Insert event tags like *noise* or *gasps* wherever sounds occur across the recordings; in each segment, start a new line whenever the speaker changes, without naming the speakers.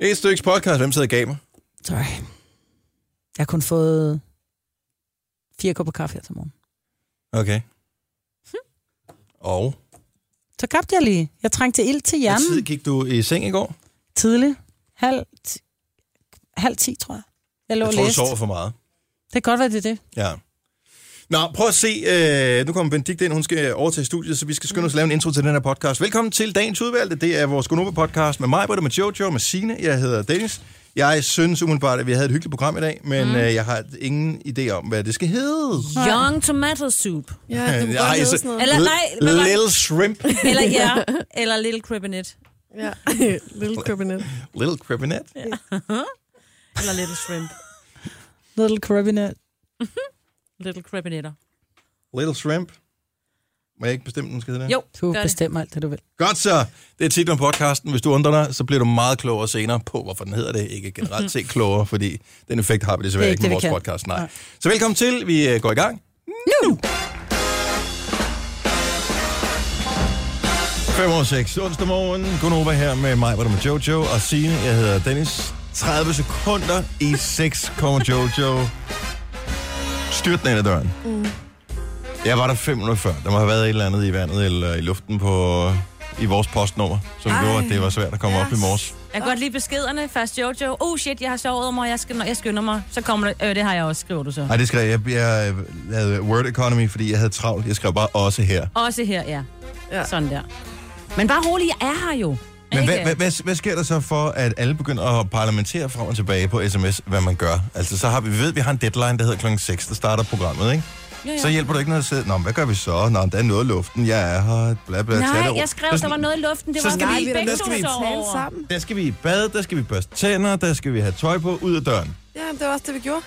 Et stykke podcast. Hvem sidder og gamer?
Sorry. Jeg har kun fået fire kopper kaffe her til morgen.
Okay. Og?
Så kabte jeg lige. Jeg trængte ild til
Hvor tid
hjernen
gik du i seng i går?
tidlig. Halv, ti- halv ti, tror jeg. Jeg lå
Jeg
og
tror, du
læste.
sover for meget.
Det kan godt være, det er det.
Ja. Nå, prøv at se. Øh, nu kommer Benedikte ind, hun skal overtage studiet, så vi skal skynde os at lave en intro til den her podcast. Velkommen til dagens udvalgte. Det er vores Gunova-podcast med mig, Britta, med Jojo, med Sine. Jeg hedder Dennis. Jeg synes umiddelbart, at vi havde et hyggeligt program i dag, men mm. øh, jeg har ingen idé om, hvad det skal hedde.
Young tomato soup.
*laughs*
Ja, det kunne
Ej,
godt
så-
hedde sådan noget.
Eller nej, hvad var det?
Little Shrimp.
Eller ja, eller little cribinet.
Ja. Little Cabinet.
Little Cribinet.
*laughs* Eller little shrimp.
Little Caribbean.
Little cribinetter.
Little Shrimp. Må jeg ikke bestemme, den skal hedde det?
Jo,
Du
gør det.
bestemmer alt det, du vil.
Godt så. Det er titlen på podcasten. Hvis du undrer dig, så bliver du meget klogere senere på, hvorfor den hedder det. Ikke generelt set klogere, fordi den effekt har vi
Det
desværre
er
ikke
ikke
med vores
det, vi kan.
podcast. Nej.
Nej.
Så velkommen til. Vi øh, går i gang. Nu! 5 over 6, onsdag morgen. Gunova her med mig, hvor med Jojo og Signe. Jeg hedder Dennis. 30 sekunder i 6 kommer Jojo. Styrt den ind ad døren.
Mm.
Jeg var der fem minutter før. Der må have været et eller andet i vandet eller i luften på, i vores postnummer, som Ej.
Ej.
gjorde, at det var svært at komme op i morges.
Jeg kan godt lide beskederne. Først Jojo. Oh shit, jeg har sovet mig. Jeg, skal, jeg skynder mig. Så kommer det. Øh, det har jeg også, skriver du så.
Nej, det skrev jeg. Jeg lavede word economy, fordi jeg havde travlt. Jeg skrev bare også her.
Også her, ja.
Ja.
Sådan der. Men bare rolig, jeg er her jo.
Men hvad,
Ikke?
hvad, hvad, hvad sker der så for, at alle begynder at parlamentere frem og tilbage på sms, hvad man gør? Altså, så har vi, vi ved, vi har en deadline, der hedder klokken 6, der starter programmet, ikke?
Jo,
Ja.
jo.
Så hjælper det ikke noget at sidde, Nå, men hvad gør vi så? Nå, der er noget i luften, jeg er her, bla bla, tag det
Nej,
roligt."
jeg skrev,
Så
der
sådan-
var noget i luften. Det
så
var
skal
fordi
vi-
begge
der skal
to
vi
sov
tale
over.
sammen.
Der skal vi i bad, der skal vi børste tænder, der skal vi have tøj på, ud af døren.
Ja, det var også det, vi gjorde.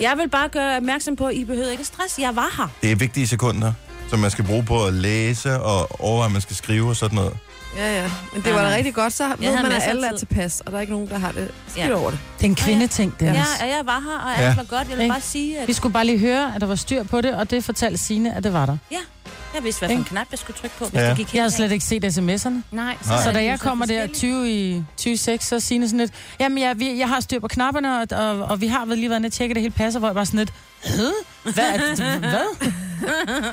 Jeg vil bare gøre opmærksom på, at I behøver ikke stress. Jeg var her.
Det er vigtige sekunder, som man skal bruge på at læse og overveje, om man skal skrive og sådan noget.
Ja, ja. Men det
Ja,
var da
nej.
rigtig godt, så ved
havde
man, at
masser af
alle er
tid.
tilpas, og der er ikke nogen, der har det skidt
Ja.
over det.
Det er en kvindeting, Dennis.
Ja, og jeg var her, og alt
Ja.
var godt. Jeg vil
Ikke?
bare sige, at
Vi skulle bare lige høre, at der var styr på det, og det fortalte Signe, at det var der.
jeg vidste, hvad for en
Ikke?
knap, jeg skulle trykke på, hvis
Ja.
det gik
Jeg har
helt
slet ikke set sms'erne.
af. Nej,
Nej.
Så
er de
da
jo
jeg
så
kommer der
forskellige.
20 i 26, så siger sådan lidt, jamen jeg, vi, jeg har styr på knapperne, og, og, og vi har vel lige været nede og tjekke det hele passer, hvor jeg bare sådan lidt, "Øh? hvad? er det- hvad?
*laughs*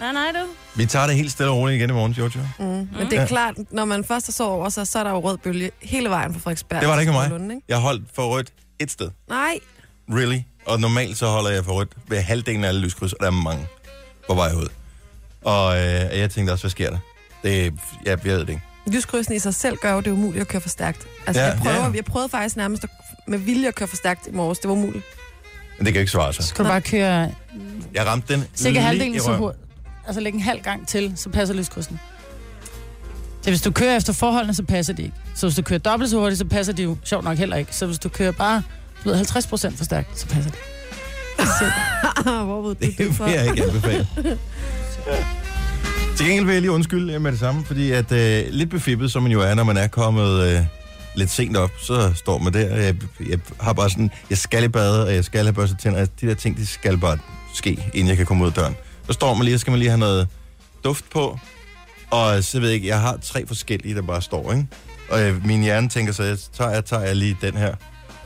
Nej, nej, du.
Vi tager det helt stille og roligt igen i morgen, Jojo.
Mm. Men det er klart, når man først er så over, så, så er der jo rød bølge hele vejen fra Frederiksberg.
Det var det ikke
til
mig.
Lunde, ikke?
Jeg holdt for rødt et sted.
Nej,
Really? Og normalt så holder jeg for rødt ved halvdelen af alle lyskryds, og der er mange på vej ud. Og øh, jeg tænkte også, hvad sker der? Det, jeg, jeg ved det ikke.
lyskrydsen i sig selv gør jo, det er umuligt at køre for stærkt. Altså,
Ja,
ja, jeg, prøver,
ja, ja.
ja. jeg prøvede faktisk nærmest at, med vilje at køre for stærkt i morges. Det var umuligt. *laughs*
Men det kan jo ikke svare
Så
sig.
kan du bare køre
Jeg ramte den
cirka
lige
halvdelen
i
så
røven.
hurtigt. Altså lægge en halv gang til, så passer lyskrydsen. Så hvis du kører efter forholdene, så passer det ikke. Så hvis du kører dobbelt så hurtigt, så passer det jo sjovt nok heller ikke. Så hvis du kører bare du ved, 50 for stærkt, så passer det.
Hvor ved du det,
*laughs* Det
fra?
vil jeg ikke anbefale. Til gengæld vil jeg lige undskylde øh, med det samme, fordi at øh, lidt befippet, som man jo er, når man er kommet øh, lidt sent op, så står man der, og jeg, jeg har bare sådan, jeg skal i bade, og jeg skal have børstet tænder, altså, de der ting, de skal bare ske, inden jeg kan komme ud af døren. Så står man lige, og skal man lige have noget duft på, og så ved jeg ikke, jeg har tre forskellige, der bare står, ikke? Og øh, min hjerne tænker så, jeg tager, jeg tager jeg lige den her,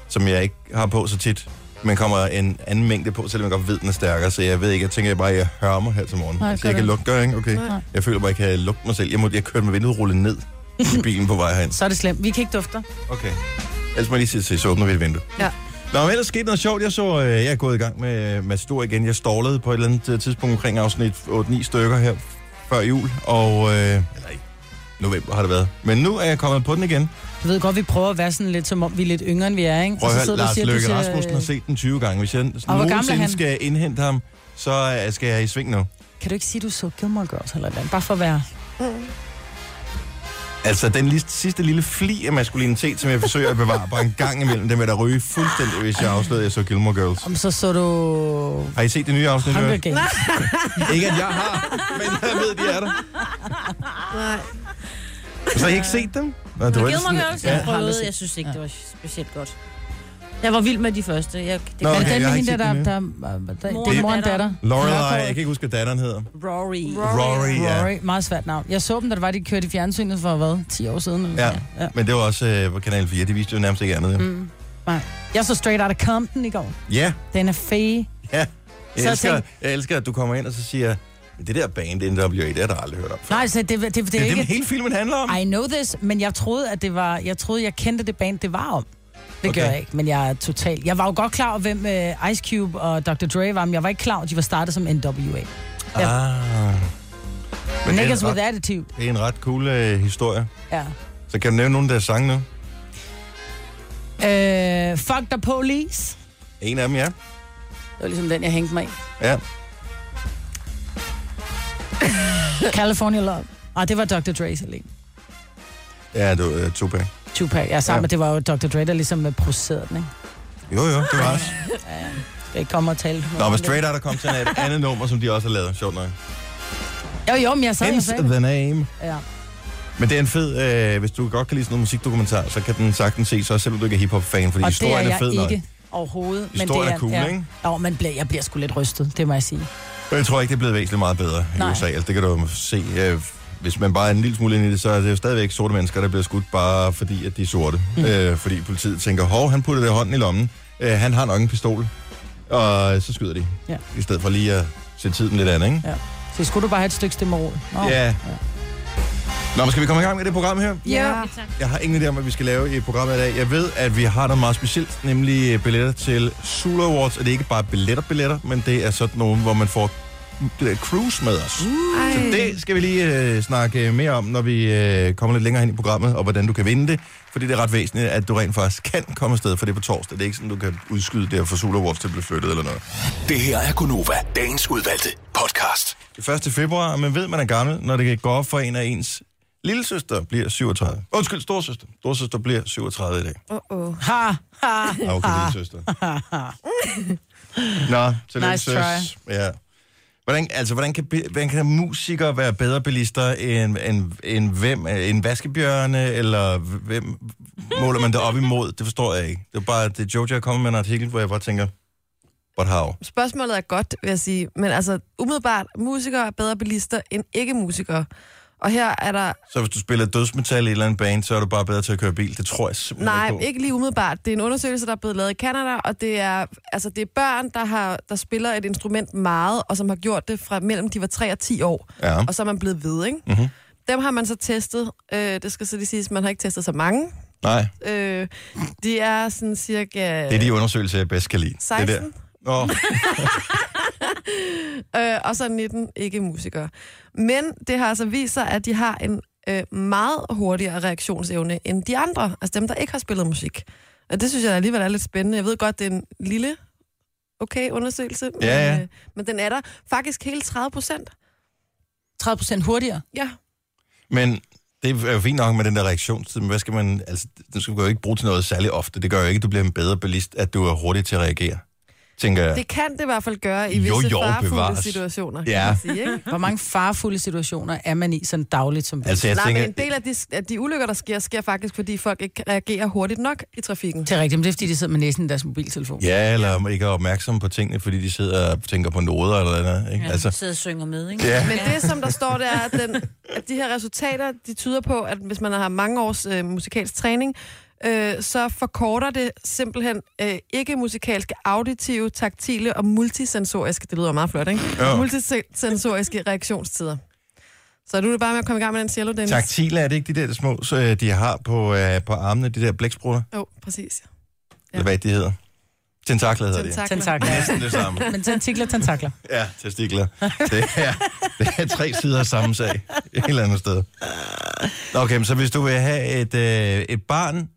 som jeg ikke har på så tit, men kommer en anden mængde på, selvom jeg godt ved, den er stærkere. Så jeg ved ikke, jeg tænker bare, at jeg hører mig her til morgen.
Nej,
så jeg
gør
kan
det.
lukke, gør jeg ikke? Okay.
Nej.
Jeg føler bare, at jeg kan lukke mig selv. Jeg, må, jeg kørte med vinduet rullet ned i bilen på vej herind.
Så er det slemt. Vi kan ikke dufte.
Okay. Ellers må jeg lige sige til, så åbner vi et vindue.
Ja.
Nå, men ellers skete noget sjovt. Jeg så, øh, jeg er gået i gang med, med Stor igen. Jeg stålede på et eller andet øh, tidspunkt omkring afsnit 8-9 stykker her før jul. Og, øh, eller i november har det været. Men nu er jeg kommet på den igen.
Du ved godt, vi prøver at være sådan lidt, som om vi er lidt yngre, end vi er, ikke?
Prøv
Og
at
så
høre,
sidder du og
Lars
siger- du
Løkke
siger,
Rasmussen har set den 20 gange. Hvis jeg
gammel er
nogensinde
han?
skal indhente ham, så øh, skal jeg i sving nu.
Kan du ikke sige, du så Gilmore Girls eller et eller andet? Bare for at være...
Altså, den list, sidste lille fli af maskulinitet, som jeg forsøger at bevare bare en gang imellem, den vil der ryge fuldstændig, hvis jeg afslører, at jeg så Gilmore Girls.
Om så så du...
Har I set det nye afsnit?
Hunger
Hunger
Games.
Ikke at jeg har, men jeg ved, de er der.
Nej.
Så har I ikke set dem? Nå, det var
Men
ellers
Gilmore
sådan-
Girls, jeg
har aldrig
prøvede,
set.
jeg synes ikke, det var specielt godt. Jeg var vild med de første. Jeg, det
Nå,
Okay, er
var
det
okay,
den
jeg
med
har
hende
ikke
der, der,
set
der,
den
der, der, der
Mor
det er
og
mor og en
datter.
datter?
Lorelei, jeg kan ikke huske, hvad datteren hedder.
Rory.
Rory, ja.
Rory, meget svært navn. Jeg så dem, da det var, de kørte i fjernsynet for, hvad, 10 år siden? eller
Ja.
sådan noget.
Men det var også øh, på Kanal 4, de viste jo nærmest ikke andet.
ja.
jo.
Mm. Nej. Jeg så Straight Outta Compton i går.
Ja,
Den er fæ.
jeg
Så
elsker,
tænk-
jeg elsker, at du kommer ind og så siger, det der band NWA, det har jeg aldrig hørt om før.
Nej, så det, det, det,
det
er
er det,
ikke...
hele filmen handler om.
I know this, men jeg troede, at det var... Jeg troede, jeg kendte det band, det var om. Det
Okay.
okay. gør jeg ikke, men jeg er totalt... Jeg var jo godt klar over, hvem øh, Ice Cube og Dr. Dre var, men jeg var ikke klar over, at de var startet som NWA. ja.
Ah. Men det er,
Niggas
en
with
ret,
attitude.
det er en ret cool øh, historie.
Ja.
Så kan du nævne nogle af deres sange nu?
Øh, fuck the police.
En af dem, ja.
Det var ligesom den, jeg hængte mig i.
Ja.
California Love. Ah, det var Dr. Dre's alene.
Ja, du øh, Tupac.
Tupac. Ja, sammen
Ja.
ja. det var jo Dr. Dre, der ligesom øh, producerede den, ikke?
Jo, jo, det var også.
Skal ikke komme og tale.
Nå, men Straight Outta Compton er et andet nummer, som de også har lavet. Sjovt nok.
Jo, jo, men jeg sad og
Hence
sagde. det.
the name.
Ja.
Men det er en fed, øh, hvis du godt kan lide sådan nogle musikdokumentarer, så kan den sagtens ses, også selvom du ikke er hiphop-fan, fordi
Og det er
historien er,
jeg
fed nok.
ikke overhovedet.
Historien
det
er cool, ikke?
Jo, men bliver, jeg bliver sgu lidt rystet, det må jeg sige.
Men jeg tror ikke, det er blevet væsentligt meget bedre i
Nej.
USA. Altså, det kan du jo se. Øh, hvis man bare er en lille smule ind i det, så er det jo stadigvæk sorte mennesker, der bliver skudt bare fordi, at de er sorte. Mm.
Mm.
Øh, fordi politiet tænker, hov, han putter det hånden i lommen. Øh, han har nok en pistol. Og så skyder de.
Ja.
I stedet for lige at sætte tiden lidt andet, ikke?
Så skulle du bare have et stykke stemmerod. Nå.
ja. Nå, men skal vi komme i gang med det program her?
Ja.
Okay, tak.
Jeg har ingen idé om, hvad vi skal lave i programmet i dag. Jeg ved, at vi har noget meget specielt, nemlig øh, billetter til Sula Awards. Og det er ikke bare billetter-billetter, men det er sådan nogle, hvor man får mm, det der cruise med os.
Ej.
Så det skal vi lige øh, snakke mere om, når vi øh, kommer lidt længere hen i programmet, og hvordan du kan vinde det. Fordi det er ret væsentligt, at du rent faktisk kan komme afsted, for det er på torsdag. Det er ikke sådan, du kan udskyde det og få Sula Awards til at blive flyttet eller noget.
Det her er Gunova, dagens udvalgte podcast.
Det er 1. februar, og man ved, man er gammel, når det går op for en af ens lille søster bliver 37. Undskyld, storsøster. Storsøster bliver 37 i dag.
Åh, åh.
Ha, ha.
Ah, okay, lille søster. Nå, tillykke,
Nice
søs. Ja. Hvordan, altså, hvordan kan, bi- hvordan kan musikere være bedre bilister end, end, end hvem? En vaskebjørne, eller hvem måler man det op imod? Det forstår jeg ikke. Det var bare, det Jojo er kommet med en artikel, hvor jeg bare tænker, but how?
Spørgsmålet er godt, vil jeg sige. Men altså, umiddelbart, musikere er bedre bilister end ikke-musikere. Og her er der...
Så hvis du spiller dødsmetal i et eller andet band, så er du bare bedre til at køre bil. Det tror jeg simpelthen
Nej,
ikke på.
ikke lige umiddelbart. Det er en undersøgelse, der er blevet lavet i Kanada, og det er, altså, det er børn, der, har, der spiller et instrument meget, og som har gjort det fra mellem de var 3 og 10 år.
Ja.
og så er man blevet ved, ikke?
Mhm.
Dem har man så testet. Øh, det skal så lige siges, man har ikke testet så mange.
Nej,
Øh, de er sådan cirka
det er de undersøgelser, jeg bedst kan lide. Det er
16,
der. Nå,
øh, og så 19 ikke-musikere. Men det har altså vist sig, at de har en øh, meget hurtigere reaktionsevne end de andre, altså dem, der ikke har spillet musik. Og det synes jeg alligevel er lidt spændende. Jeg ved godt, det er en lille, okay undersøgelse, men,
Ja, ja.
Øh, men den er der faktisk hele 30 procent.
30 procent hurtigere.
Ja.
Men det er jo fint nok med den der reaktionstid, men hvad skal man, altså, den skal du jo ikke bruge til noget særlig ofte. Det gør jo ikke, at du bliver en bedre bilist, at du er hurtig til at reagere, tænker jeg.
Det kan det i hvert fald gøre i
Jo,
visse
jo,
farefulde
bevares.
situationer,
Ja.
kan man sige, ikke?
Hvor mange farfulde situationer er man i sådan dagligt som
Altså, *laughs* jeg
Nej,
tænker,
men en del af de, af de ulykker, der sker, sker faktisk, fordi folk ikke reagerer hurtigt nok i trafikken.
Det er rigtigt, men det er fordi, de sidder med næsen i deres mobiltelefon.
ja, eller om ikke er opmærksomme på tingene, fordi de sidder og tænker på noder eller andet, ikke? Ja.
Altså.
Altså,
Sidder og synger med, ikke?
ja.
Men det, som der står, det er, at, den, at de her resultater, de tyder på, at hvis man har mange års øh, musikalsk træning, øh, så forkorter det simpelthen øh, ikke musikalske, auditive, taktile og multisensoriske, det lyder meget flot, ikke?
Jo.
Multisensoriske reaktionstider. Så er du det bare med at komme i gang med den cello, Dennis?
Taktile er det ikke de der små, så, øh, de har på, øh, på armene, de der blæksprutter,
Jo, præcis.
ja. eller hvad de hedder. Tentakler hedder de.
Tentakler.
Tentakler.
Næsten det samme.
Men tentikler, tentakler.
Ja, testikler. Det er, det er tre sider af samme sag. Et eller andet sted. Nå, Okay, men så hvis du vil have et, øh, et barn,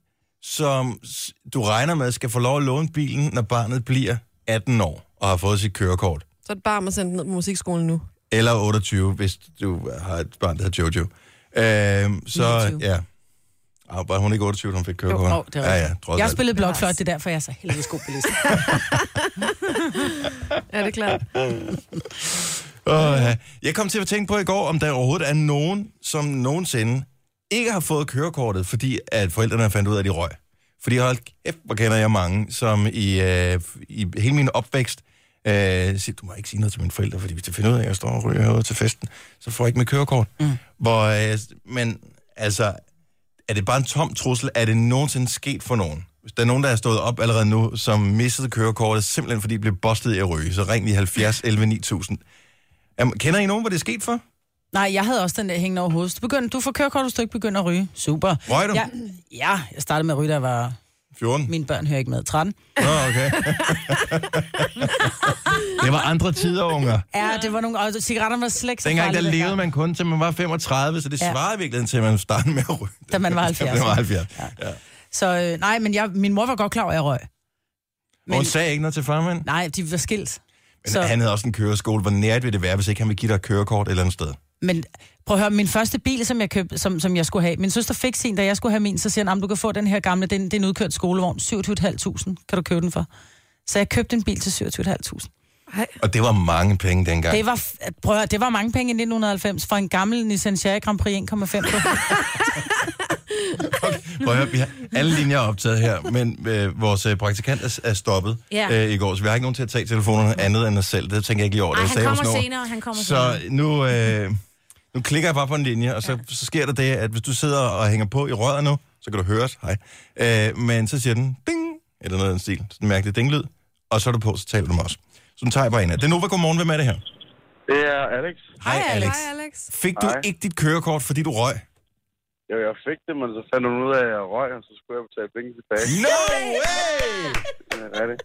som s- du regner med skal få lov at låne bilen, når barnet bliver 18 år og har fået sit kørekort,
Så er det bare om at sende den ned på musikskolen nu.
eller 28, hvis du har et barn, der hedder Jojo, øh, så
29.
ja. Ah, var hun ikke 28, da hun fik kørekort?
Jo, jo, det er
ja,
rigtigt.
ja, trods
Jeg
alt.
spillede blokfløjt, det er derfor, jeg er så heldigvis god bilist.
Ja, det er klart.
Åh, ja. Jeg kom til at tænke på i går, om der overhovedet er nogen, som nogensinde ikke har fået kørekortet, fordi at forældrene fandt ud af, at de røg. Fordi hold kæft, hvor kender jeg mange, som i, øh, i hele min opvækst øh, siger, du må ikke sige noget til mine forældre, fordi hvis de finder ud af, at jeg står og ryger herude til festen, så får jeg ikke mit kørekort. Mm. Hvor, øh, men altså, er det bare en tom trussel? Er det nogensinde sket for nogen? Hvis der er nogen, der er stået op allerede nu, som missede kørekortet, simpelthen fordi de blev bustet i at ryge, så ring lige 70 11 9000. Jamen, kender I nogen, hvor det er sket for?
Nej, jeg havde også den der hængende over hovedet. Du, begyndte, du får kørekort, hvis du ikke begynder at ryge. Super.
Røg du?
Ja, ja, jeg startede med at ryge, da jeg var...
14?
Mine børn hører ikke med. 13.
Nå, okay. det var andre tider, unger.
Ja, det var nogle... Og cigaretterne var slet ikke så
Dengang der
farlige
levede man kun til man var 35, så det
Ja.
svarer i virkeligheden til, at man startede med at ryge.
Da man var 70.
*laughs* Da man var 70. Ja.
Så øh, nej, men jeg, min mor var godt klar over, at jeg røg.
Men... Hun sagde ikke noget til farmand, men
Nej, de var skilt.
så... han havde også en køreskole. Hvor nært ville det være, hvis ikke han ville give dig et kørekort et eller andet sted?
Men prøv at høre, min første bil, som jeg, købte, som, som jeg skulle have, min søster fik sin, da jeg skulle have min, så siger han, "Ah, men du kan få den her gamle, det er en, det er en udkørt skolevogn, 27.500, kan du købe den for? Så jeg købte en bil til 27.500.
Ej,
Og det var mange penge dengang.
Det var, f- at- prøv at høre, det var mange penge i 1990 for en gammel Nissan Sierra Grand Prix 1,5.
*laughs*
på.
Prøv at høre, vi har alle linjer er optaget her, men øh, vores øh, praktikant er, er stoppet
Ja.
øh, i går, så vi har ikke nogen til at tage telefonerne andet end os selv. Det tænker jeg ikke lige over.
Ej,
det
han
sagde jeg
kommer
også nu.
senere, han kommer
Så
senere.
nu, øh, nu klikker jeg bare på en linje, og så, ja. så sker der det, at hvis du sidder og hænger på i røret nu, så kan du høre os, hej. Øh, men så siger den ding, eller noget af den stil, sådan en mærkelig dinglyd, og så er du på, så taler du med os. Så nu tager jeg bare en af. Det er Nova, godmorgen, hvem er det her?
Det er Alex.
Hej, Alex.
Hej, Alex.
Fik du
Hej.
ikke dit kørekort, fordi du røg?
Jo, jeg fik det, men så fandt hun ud af, at jeg røg, og så skulle jeg betale penge tilbage.
No way!
Det er det.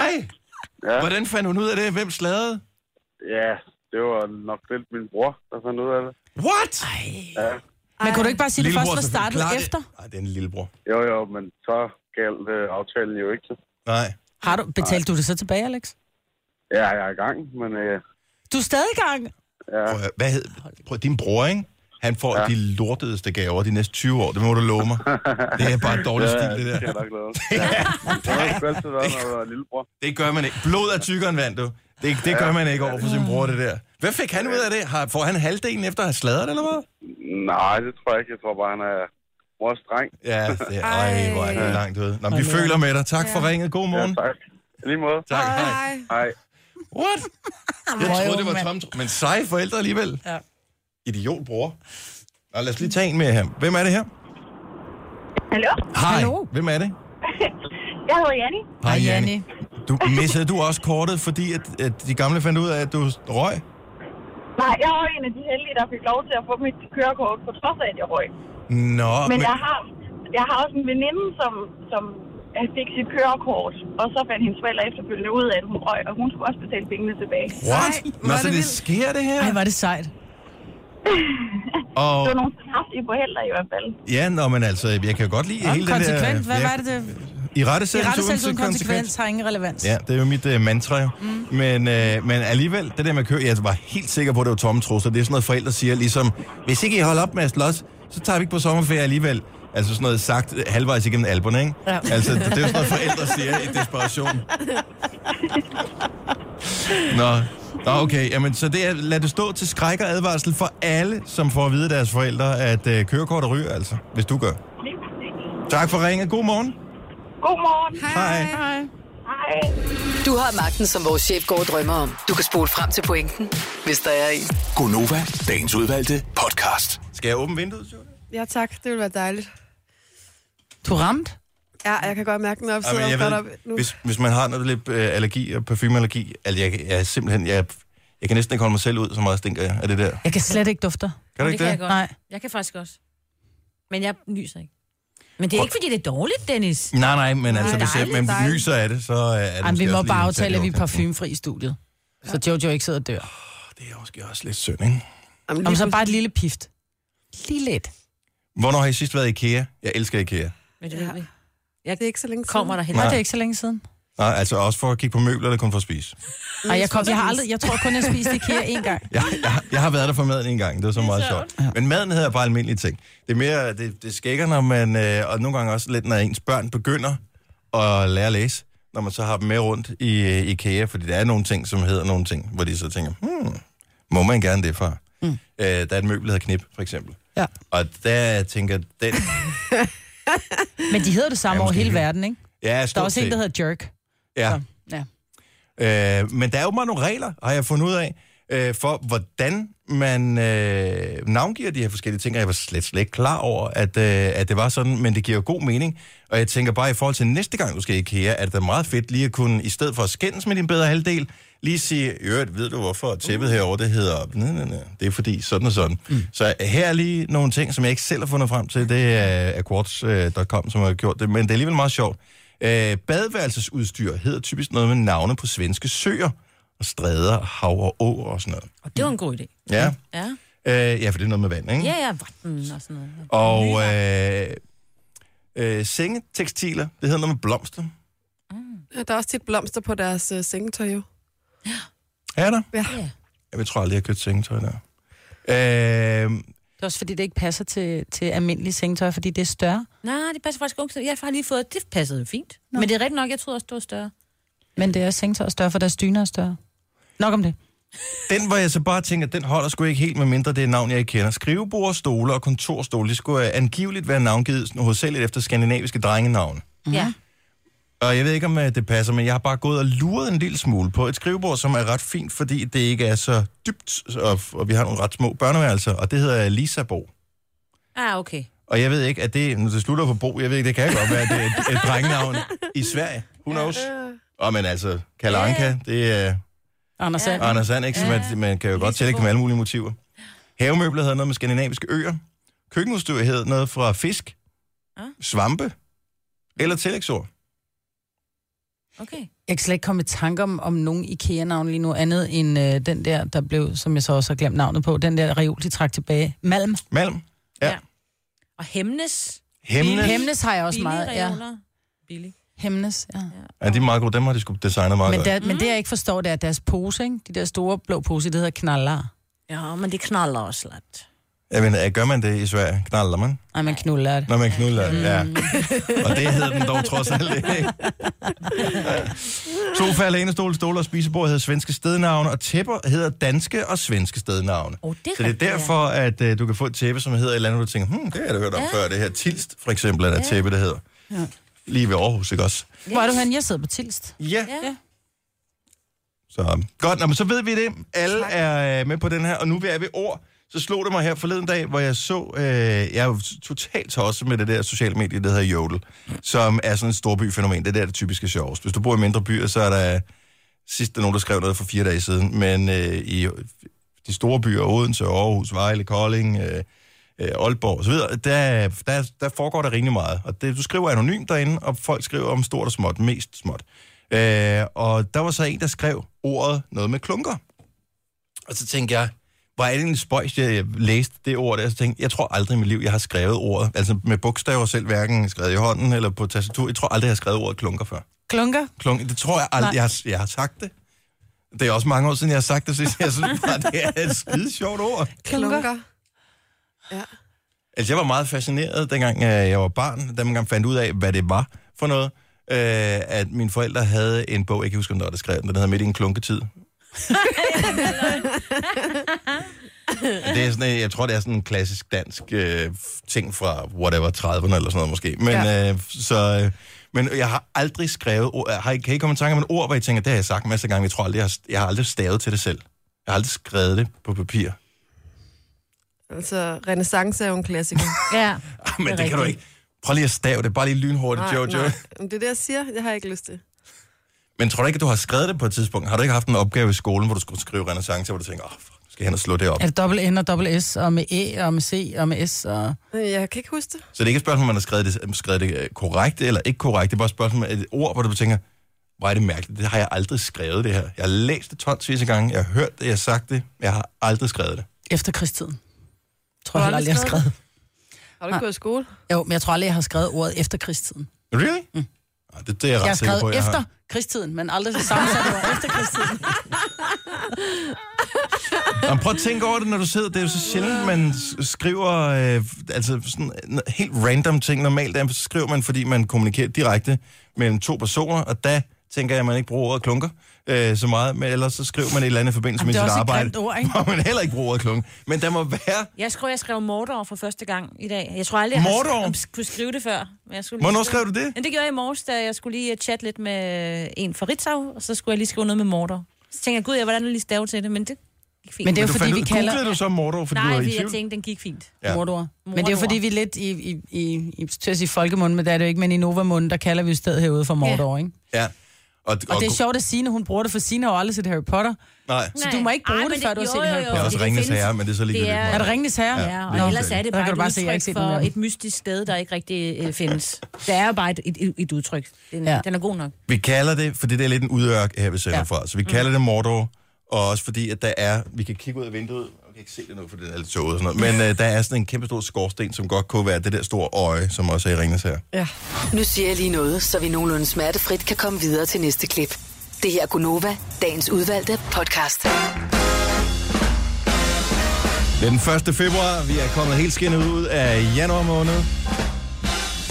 Ej!
Ja.
Hvordan fandt hun ud af det? Hvem sladede?
ja, det var nok lidt min bror, der fandt ud af det.
What?
Men kunne du ikke bare sige, at du først var startet efter?
Nej, det er en lillebror.
Jo, jo, men så galt øh, aftalen jo ikke.
Nej.
Har du, betalte du det så tilbage, Alex?
Ja, jeg er i gang, men øh,
Du er stadig i gang.
ja,
Prøv, at høre, hvad hed, prøv, din bror, ikke? Han får ja. de lortedeste gaver de næste 20 år. Det må du love
*laughs*
mig. Det er bare dårlig
ja,
stil, det
skal jeg
der.
nok
*laughs*
love. Ja. Det var jo altid været, når jeg var lillebror.
Det gør man ikke. Blod er tykkere end vand, du. Det, det gør man ikke over for sin bror, det der. Hvad fik han ud af det? Har, får han halvdelen efter at have sladret, eller hvad?
Nej, det tror jeg ikke. Jeg tror bare, han er mors dreng.
Ja, det er, ej, hvor er det langt ud. Nå, men vi føler med dig. Tak for ringet. God
Ja,
morgen.
tak. I Lige måde.
Tak, hej.
Hej.
Hej.
What? Jeg troede, det var
mand.
tomt. Men seje forældre alligevel.
Ja.
Idiot, bror. Nå, lad os lige tage en med her. Hvem er det her?
Hallo,
Hej.
Hallo.
Hvem er det?
jeg hedder Janni.
Hej, Janni.
Du, missede du også kortet, fordi at, at de gamle fandt ud af, at du røg?
Nej, jeg var en af de heldige, der fik lov til at få mit kørekort, på trods af, at jeg røg.
Nå,
Men jeg har, jeg har også en veninde, som, som øh, fik sit kørekort, og så fandt hendes forældre efterfølgende ud af, at hun røg, og hun skulle også betale pengene tilbage.
What?
Ej, hvor
Nå,
er
så
det
det
vildt.
sker det
Ej,
her?
var det sejt.
Det
Og,
var nogle kraftige forældre i hvert fald.
ja, nå, men altså, jeg kan godt lide
Og
hele den der...
konsekvent. Hvad var det, det?
I
Det
rettesættelse
rette selv uden konsekvens har ingen relevans.
Ja, det er jo mit uh, mantra jo. Mm. Men, uh, men alligevel, det der med at køre, jeg var helt sikker på, at det var tomme trusler. Det er sådan noget, forældre siger ligesom, hvis ikke I holder op med at slås, så tager vi ikke på sommerferie alligevel. Altså sådan noget sagt øh, halvvejs igennem alberne, ikke?
Ja.
Altså, det, det er jo sådan noget, forældre siger i desperation. Nå, Nå okay. Jamen, så det er, lad det stå til skræk og advarsel for alle, som får at vide af deres forældre, at øh, kørekort og ryger, altså, hvis du gør.
Lige præcis.
Tak for ringet. God morgen.
Godmorgen.
Hej.
Hej.
Du har magten, som vores chef går og drømmer om. Du kan spole frem til pointen, hvis der er en.
Gonova, dagens udvalgte podcast.
Skal jeg åbne vinduet, Sjøren?
Ja, tak. Det ville være dejligt.
Du ramt?
Ja, jeg kan godt mærke, den op,
Ej, men
sidder
jeg
godt
ved,
op nu.
hvis, hvis man har noget lidt øh, allergi og parfumeallergi, altså jeg, jeg er simpelthen, jeg, jeg kan næsten ikke holde mig selv ud, så meget stinker jeg af det der.
Jeg kan slet ikke dufte.
Kan du
det
ikke
kan jeg
det?
godt.
Nej.
Jeg kan faktisk også. Men jeg nyser ikke. Men det er ikke, fordi det er dårligt, Dennis.
Nej, nej, men altså,
Nej,
hvis jeg,
dejligt,
man
dejligt.
nyser af det, så øh, er det
Ej, men
måske
vi må
også
bare
lige
aftale, at
en
vi er
særlig overkanten.
parfumefri i studiet. Så Jojo ikke sidder og dør.
Det er måske også lidt synd, ikke?
Jamen,
Om
lige
så bare et lille pift. Lige lidt.
Hvornår har I sidst været i IKEA? Jeg elsker IKEA.
Men det ved vi.
det er ikke så længe
Kommer der hen.
Nej,
Nej.
det er ikke så længe siden.
Nej, altså også for at kigge på møbler, eller kun for at spise.
Ej, jeg, kom, jeg, har aldrig, jeg tror kun, jeg spiste IKEA én *laughs* gang.
Jeg, jeg, jeg har været der for maden en gang, det var så meget sjovt. Men maden hedder bare almindelige ting. Det er mere, det, det skækker, når man, øh, og nogle gange også lidt, når ens børn begynder at lære at læse, når man så har dem med rundt i øh, IKEA, fordi der er nogle ting, som hedder nogle ting, hvor de så tænker, hmm, må man gerne det, far? Mm. Øh, der er et møbel, der hedder knip, for eksempel.
Ja.
Og der tænker den...
Men de hedder det samme
Ja,
ja, over
måske
hele
ikke.
verden, ikke?
Ja,
Der
stort
er også en, der hedder Jerk.
hedder... Ja.
Så, ja.
Øh, men der er jo bare nogle regler, har jeg fundet ud af, øh, for hvordan man øh, navngiver de her forskellige ting, og jeg var slet, slet ikke klar over, at, øh, at det var sådan, men det giver jo god mening. Og jeg tænker bare i forhold til næste gang, du skal i IKEA, at det er meget fedt lige at kunne, i stedet for at skændes med din bedre halvdel, lige sige, øvrigt, ved du hvorfor tæppet herovre, det hedder, nej, nej, nej, det er fordi sådan og sådan. Mm. Så her er lige nogle ting, som jeg ikke selv har fundet frem til, det er, er quartz.com, som har gjort det, men det er alligevel meget sjovt. Øh, badeværelsesudstyr hedder typisk noget med navne på svenske søer og stræder, hav og åer og sådan noget.
Og det var en god idé.
Ja,
Ja,
øh, ja for det er noget med vand, ikke?
ja, ja, vatten og sådan noget.
Og øh, øh, sengetekstiler, det hedder noget med blomster.
Ja, der er også tit blomster på deres øh, sengetøj, jo.
Er der?
Ja.
Ja.
Jeg tror aldrig, jeg har købt sengetøj der. Øh,
Det er også fordi, det ikke passer til, til almindelige sengetøj, fordi det er større.
Nej, det passer faktisk godt. Jeg har lige fået, det passede jo fint. Nå. Men det er rigtigt nok, jeg troede også, det var større.
Men det er sengetøj er større, for deres dyner er større. Nok om det.
den, hvor jeg så bare tænker, den holder sgu ikke helt, medmindre det er navn, jeg ikke kender. Skrivebord, stole og kontorstole, det skulle øh, angiveligt være navngivet sådan hovedsageligt efter skandinaviske drengenavne.
Mm-hmm. Ja.
Og jeg ved ikke, om øh, det passer, men jeg har bare gået og luret en lille smule på et skrivebord, som er ret fint, fordi det ikke er så dybt, og, og vi har nogle ret små børneværelser, og det hedder Lisabo.
Ah, okay.
Og jeg ved ikke, at det, når det slutter på Bo, jeg ved ikke, det kan godt være, at det er et, et drengenavn i Sverige. Who knows? Og men altså, Kalanka, det er
Anders
Ja.
ja.
Anders And, ikke? Så man, man kan jo godt tillægge dem alle mulige motiver. Havemøbler hedder noget med skandinaviske øer. Køkkenudstyr hedder noget fra fisk,
Ah.
svampe eller tillægsord.
Okay.
Jeg kan slet ikke komme i tanke om, om nogen IKEA-navn lige nu andet end øh, den der, der blev, som jeg så også har glemt navnet på, den der reol, de trak tilbage. Malm.
Malm. Ja.
Ja. Og Hemnes.
Hemnes.
Hemnes har jeg også meget. Ja.
Ja. Billig.
Hemnes, ja.
Ja, de er meget gode. Dem har de sgu designet meget
Men,
godt.
der, men det, jeg ikke forstår, det er deres pose, ikke? De der store blå pose, det hedder knaller.
Ja, men det knaller også lidt.
Jamen, øh, gør man det i Sverige? Knalder man?
Nej, man knuller det.
Når man knuller,
Mm.
ja. Og det hedder den dog trods alt ikke. Sofa, lænestol, stole og spisebord hedder svenske stednavne, og tæpper hedder danske og svenske stednavne.
Åh, det er
Så det er
rigtigt, ja.
derfor, at øh, du kan få et tæppe, som hedder et eller andet, hvor du tænker, hmm, det har jeg da hørt om ja. før, det her Tilst, for eksempel, er der et tæppe, det hedder. Ja. Lige ved Aarhus, ikke også?
Hvor er du henne? Jeg sidder på Tilst.
Ja.
Ja.
Så godt, nå, men så ved vi det. Alle tak. er øh, med på den her, og nu er vi ved ord. Så slog det mig her forleden dag, hvor jeg så, øh, jeg er jo totalt tosset med det der sociale medie, der hedder Jodel, som er sådan et storbyfænomen. Det der er det typiske sjovest. Hvis du bor i mindre byer, så er der sidst der er nogen, der skrev noget for fire dage siden, men øh, i de store byer, Odense, Aarhus, Vejle, Kolding, øh, øh, Aalborg osv., der, der, der foregår der rimelig meget. Og det, du skriver anonymt derinde, og folk skriver om stort og småt, mest småt. Øh, og der var så en, der skrev ordet noget med klunker. Og så tænkte jeg, hvor er det en spøjs, jeg læste det ord der, så tænkte jeg, jeg tror aldrig i mit liv, jeg har skrevet ordet, altså med bogstaver selv, hverken skrevet i hånden eller på tastatur, jeg tror aldrig, jeg har skrevet ordet klunker før.
Klunker?
Klunk, det tror jeg aldrig, jeg har, jeg har sagt det. Det er også mange år siden, jeg har sagt det, så jeg synes bare, det er et skide sjovt ord.
Klunker. Ja.
Altså, jeg var meget fascineret, dengang øh, jeg var barn, da man engang fandt ud af, hvad det var for noget. Øh, at mine forældre havde en bog, jeg kan ikke huske, om der var, der skrev den, den hedder Midt i en klunketid. det er sådan, øh, jeg tror, det er sådan en klassisk dansk øh, ting fra whatever, 30'erne eller sådan noget måske. Men, ja. øh, så, øh, men jeg har aldrig skrevet ord. Har I, kan I komme i tanke om et ord, hvor I tænker, det har jeg sagt masser af gange, men jeg tror aldrig, jeg har, jeg har aldrig stavet til det selv. Jeg har aldrig skrevet det på papir.
Altså, renaissance er jo en klassiker.
Ja.
*laughs* Men det,
er
det kan du ikke.
rigtigt.
Prøv lige at stave det, bare lige lynhurtigt,
Nej,
Jojo.
nej. Men Det er det, jeg siger. Jeg har ikke lyst til.
Men tror du ikke, at du har skrevet det på et tidspunkt? Har du ikke haft en opgave i skolen, hvor du skulle skrive renaissance, hvor du tænker, åh, oh, skal jeg hen og slå det op?
Er det dobbelt N og dobbelt S, og med E, og med C, og med S, og...
Øh, Jeg kan ikke huske det.
Så det er ikke et spørgsmål, om man har skrevet det, skrevet det øh, korrekt eller ikke korrekt. Det er bare et spørgsmål om et ord, hvor du tænker, hvor er det mærkeligt, det har jeg aldrig skrevet det her. Jeg har læst det tonsvis af gange, jeg har hørt det, jeg har sagt det, men jeg har aldrig skrevet det.
Efter krigstiden. Jeg tror
Har
jeg
du
heller aldrig, jeg har
aldrig
skrevet.
Har du ikke gået i skole?
Jo, men jeg tror aldrig, jeg har skrevet ordet efter krigstiden.
Really? Mm. Det, det er jeg ret
Jeg har
sikker
skrevet
på, jeg
efter
har.
krigstiden, men aldrig det sammensatte ord efter krigstiden.
Jamen, prøv at tænke over det, når du sidder. Det er jo så sjældent, man s- skriver øh, altså sådan n- helt random ting. Normalt er, så skriver man, fordi man kommunikerer direkte mellem to personer, og der tænker jeg, at man ikke bruger ordet klunker øh, så meget, men ellers så skriver man et eller andet i forbindelse
Jamen, det
med
er
sit
også et
arbejde,
grimt ord, ikke?
hvor man heller ikke bruger ordet klunker. Men der må være...
Jeg skrev, jeg skrev Mordor for første gang i dag. Jeg tror aldrig, jeg
Mordor?
har s- kunne skrive det før. Men jeg skulle lige
Hvornår
skrive-
skrev du det?
Men det gjorde jeg i morges, da jeg skulle lige øh, chatte lidt med uh, en fra Ritzau, og så skulle jeg lige skrive noget med Mordor. Så tænkte jeg, gud, jeg, hvordan er lige stave til det, men det gik fint.
Men det er
Men
jo fordi,
du fandt
vi
ud-
kalder...
Googlede du så Mordor, fordi du
Nej,
var i
fordi jeg
tvivl?
tænkte, den gik fint.
Ja.
Ja. Mordor. Men det er jo
Mordor.
fordi, vi er lidt i, i, i, i, i, i folkemunden, men det er det jo ikke, men i Nova-munden, der kalder vi jo stedet herude for Mordor, ikke?
Ja. Og,
Og det er sjovt, at Signe, hun bruger det, for Signe har jo aldrig set Harry Potter.
Nej.
Så du må ikke bruge det,
men
før du har set Harry
Jeg
Potter.
er
fordi
også
det
Ringenes
findes-
Herre, men det er så ligegyldigt.
Det
Er
er-
der ringenes herre?
Ja, og
Nå,
ellers er det
Der
bare
kan
et
du bare se, jeg
udtryk
har ikke set
for
nogen af dem.
et mystisk sted, der ikke rigtig øh, findes. Det er jo bare et, et, et udtryk. Den,
Ja.
ja. den er god nok.
Vi kalder det, fordi det er lidt en udørk her, vi sender
Ja.
ja. fra. Så vi kalder det Mordor, og også fordi, at der er... Vi kan kigge ud af vinduet. Jeg kan ikke se det nu, for det er lidt tåget og sådan noget. Men øh, der er sådan en kæmpe stor skorsten, som godt kunne være det der store øje, som også er i Ringens her.
Ja.
Nu siger jeg lige noget, så vi nogenlunde smertefrit kan komme videre til næste klip. Det her er Gunova, dagens udvalgte podcast.
Det er den 1. februar. Vi er kommet helt skinnet ud af januar måned.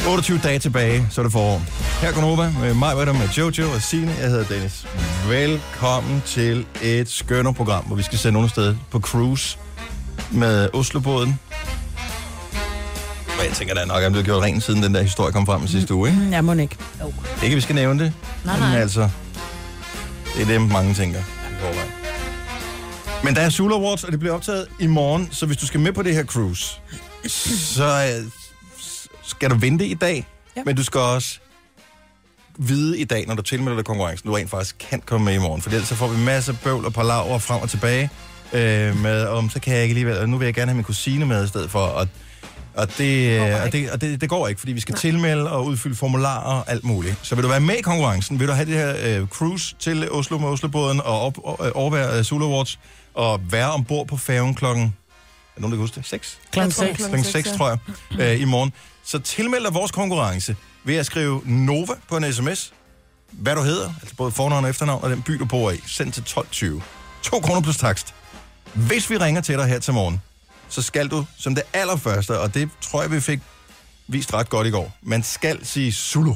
28 dage tilbage, så er det forår. Her går Nova med mig, hvad der med Jojo og Signe. Jeg hedder Dennis. Velkommen til et skønner program, hvor vi skal sende nogen sted på cruise med Oslobåden. Og jeg tænker da nok, at det er gjort rent siden den der historie kom frem i sidste uge, ikke?
Mm, Ja, må ikke.
Ikke, vi skal nævne det.
Nej,
Men
nej.
altså, det er det, mange tænker. Men der er Sula Awards, og det bliver optaget i morgen, så hvis du skal med på det her cruise, så øh, s- skal du vente i dag,
Ja.
ja. men du skal også vide i dag, når du tilmelder dig konkurrencen, du rent faktisk kan komme med i morgen, for ellers så får vi masser af bøvl og palaver frem og tilbage øh, med, om så kan jeg ikke alligevel, og nu vil jeg gerne have min kusine med i stedet for, og, og, det, øh, og, det, og det, det går ikke, fordi vi skal Nej. tilmelde og udfylde formularer og alt muligt. Så vil du være med i konkurrencen, vil du have det her øh, cruise til Oslo med Oslobåden og op, og, øh, overvære øh, Sula Awards, og være ombord på færgen klokken, er der nogen, der kan huske det? 6?
Klokken
Jeg tror,
6.
klokken
Klokken
seks,
6,
ja.
tror jeg, øh, i morgen. Så tilmeld dig vores konkurrence ved at skrive NOVA på en sms. Hvad du hedder, altså både fornavn og efternavn, og den by, du bor i. Send til 12.20. 2 kroner plus takst. Hvis vi ringer til dig her til morgen, så skal du som det allerførste, og det tror jeg, vi fik vist ret godt i går, man skal sige Zulu.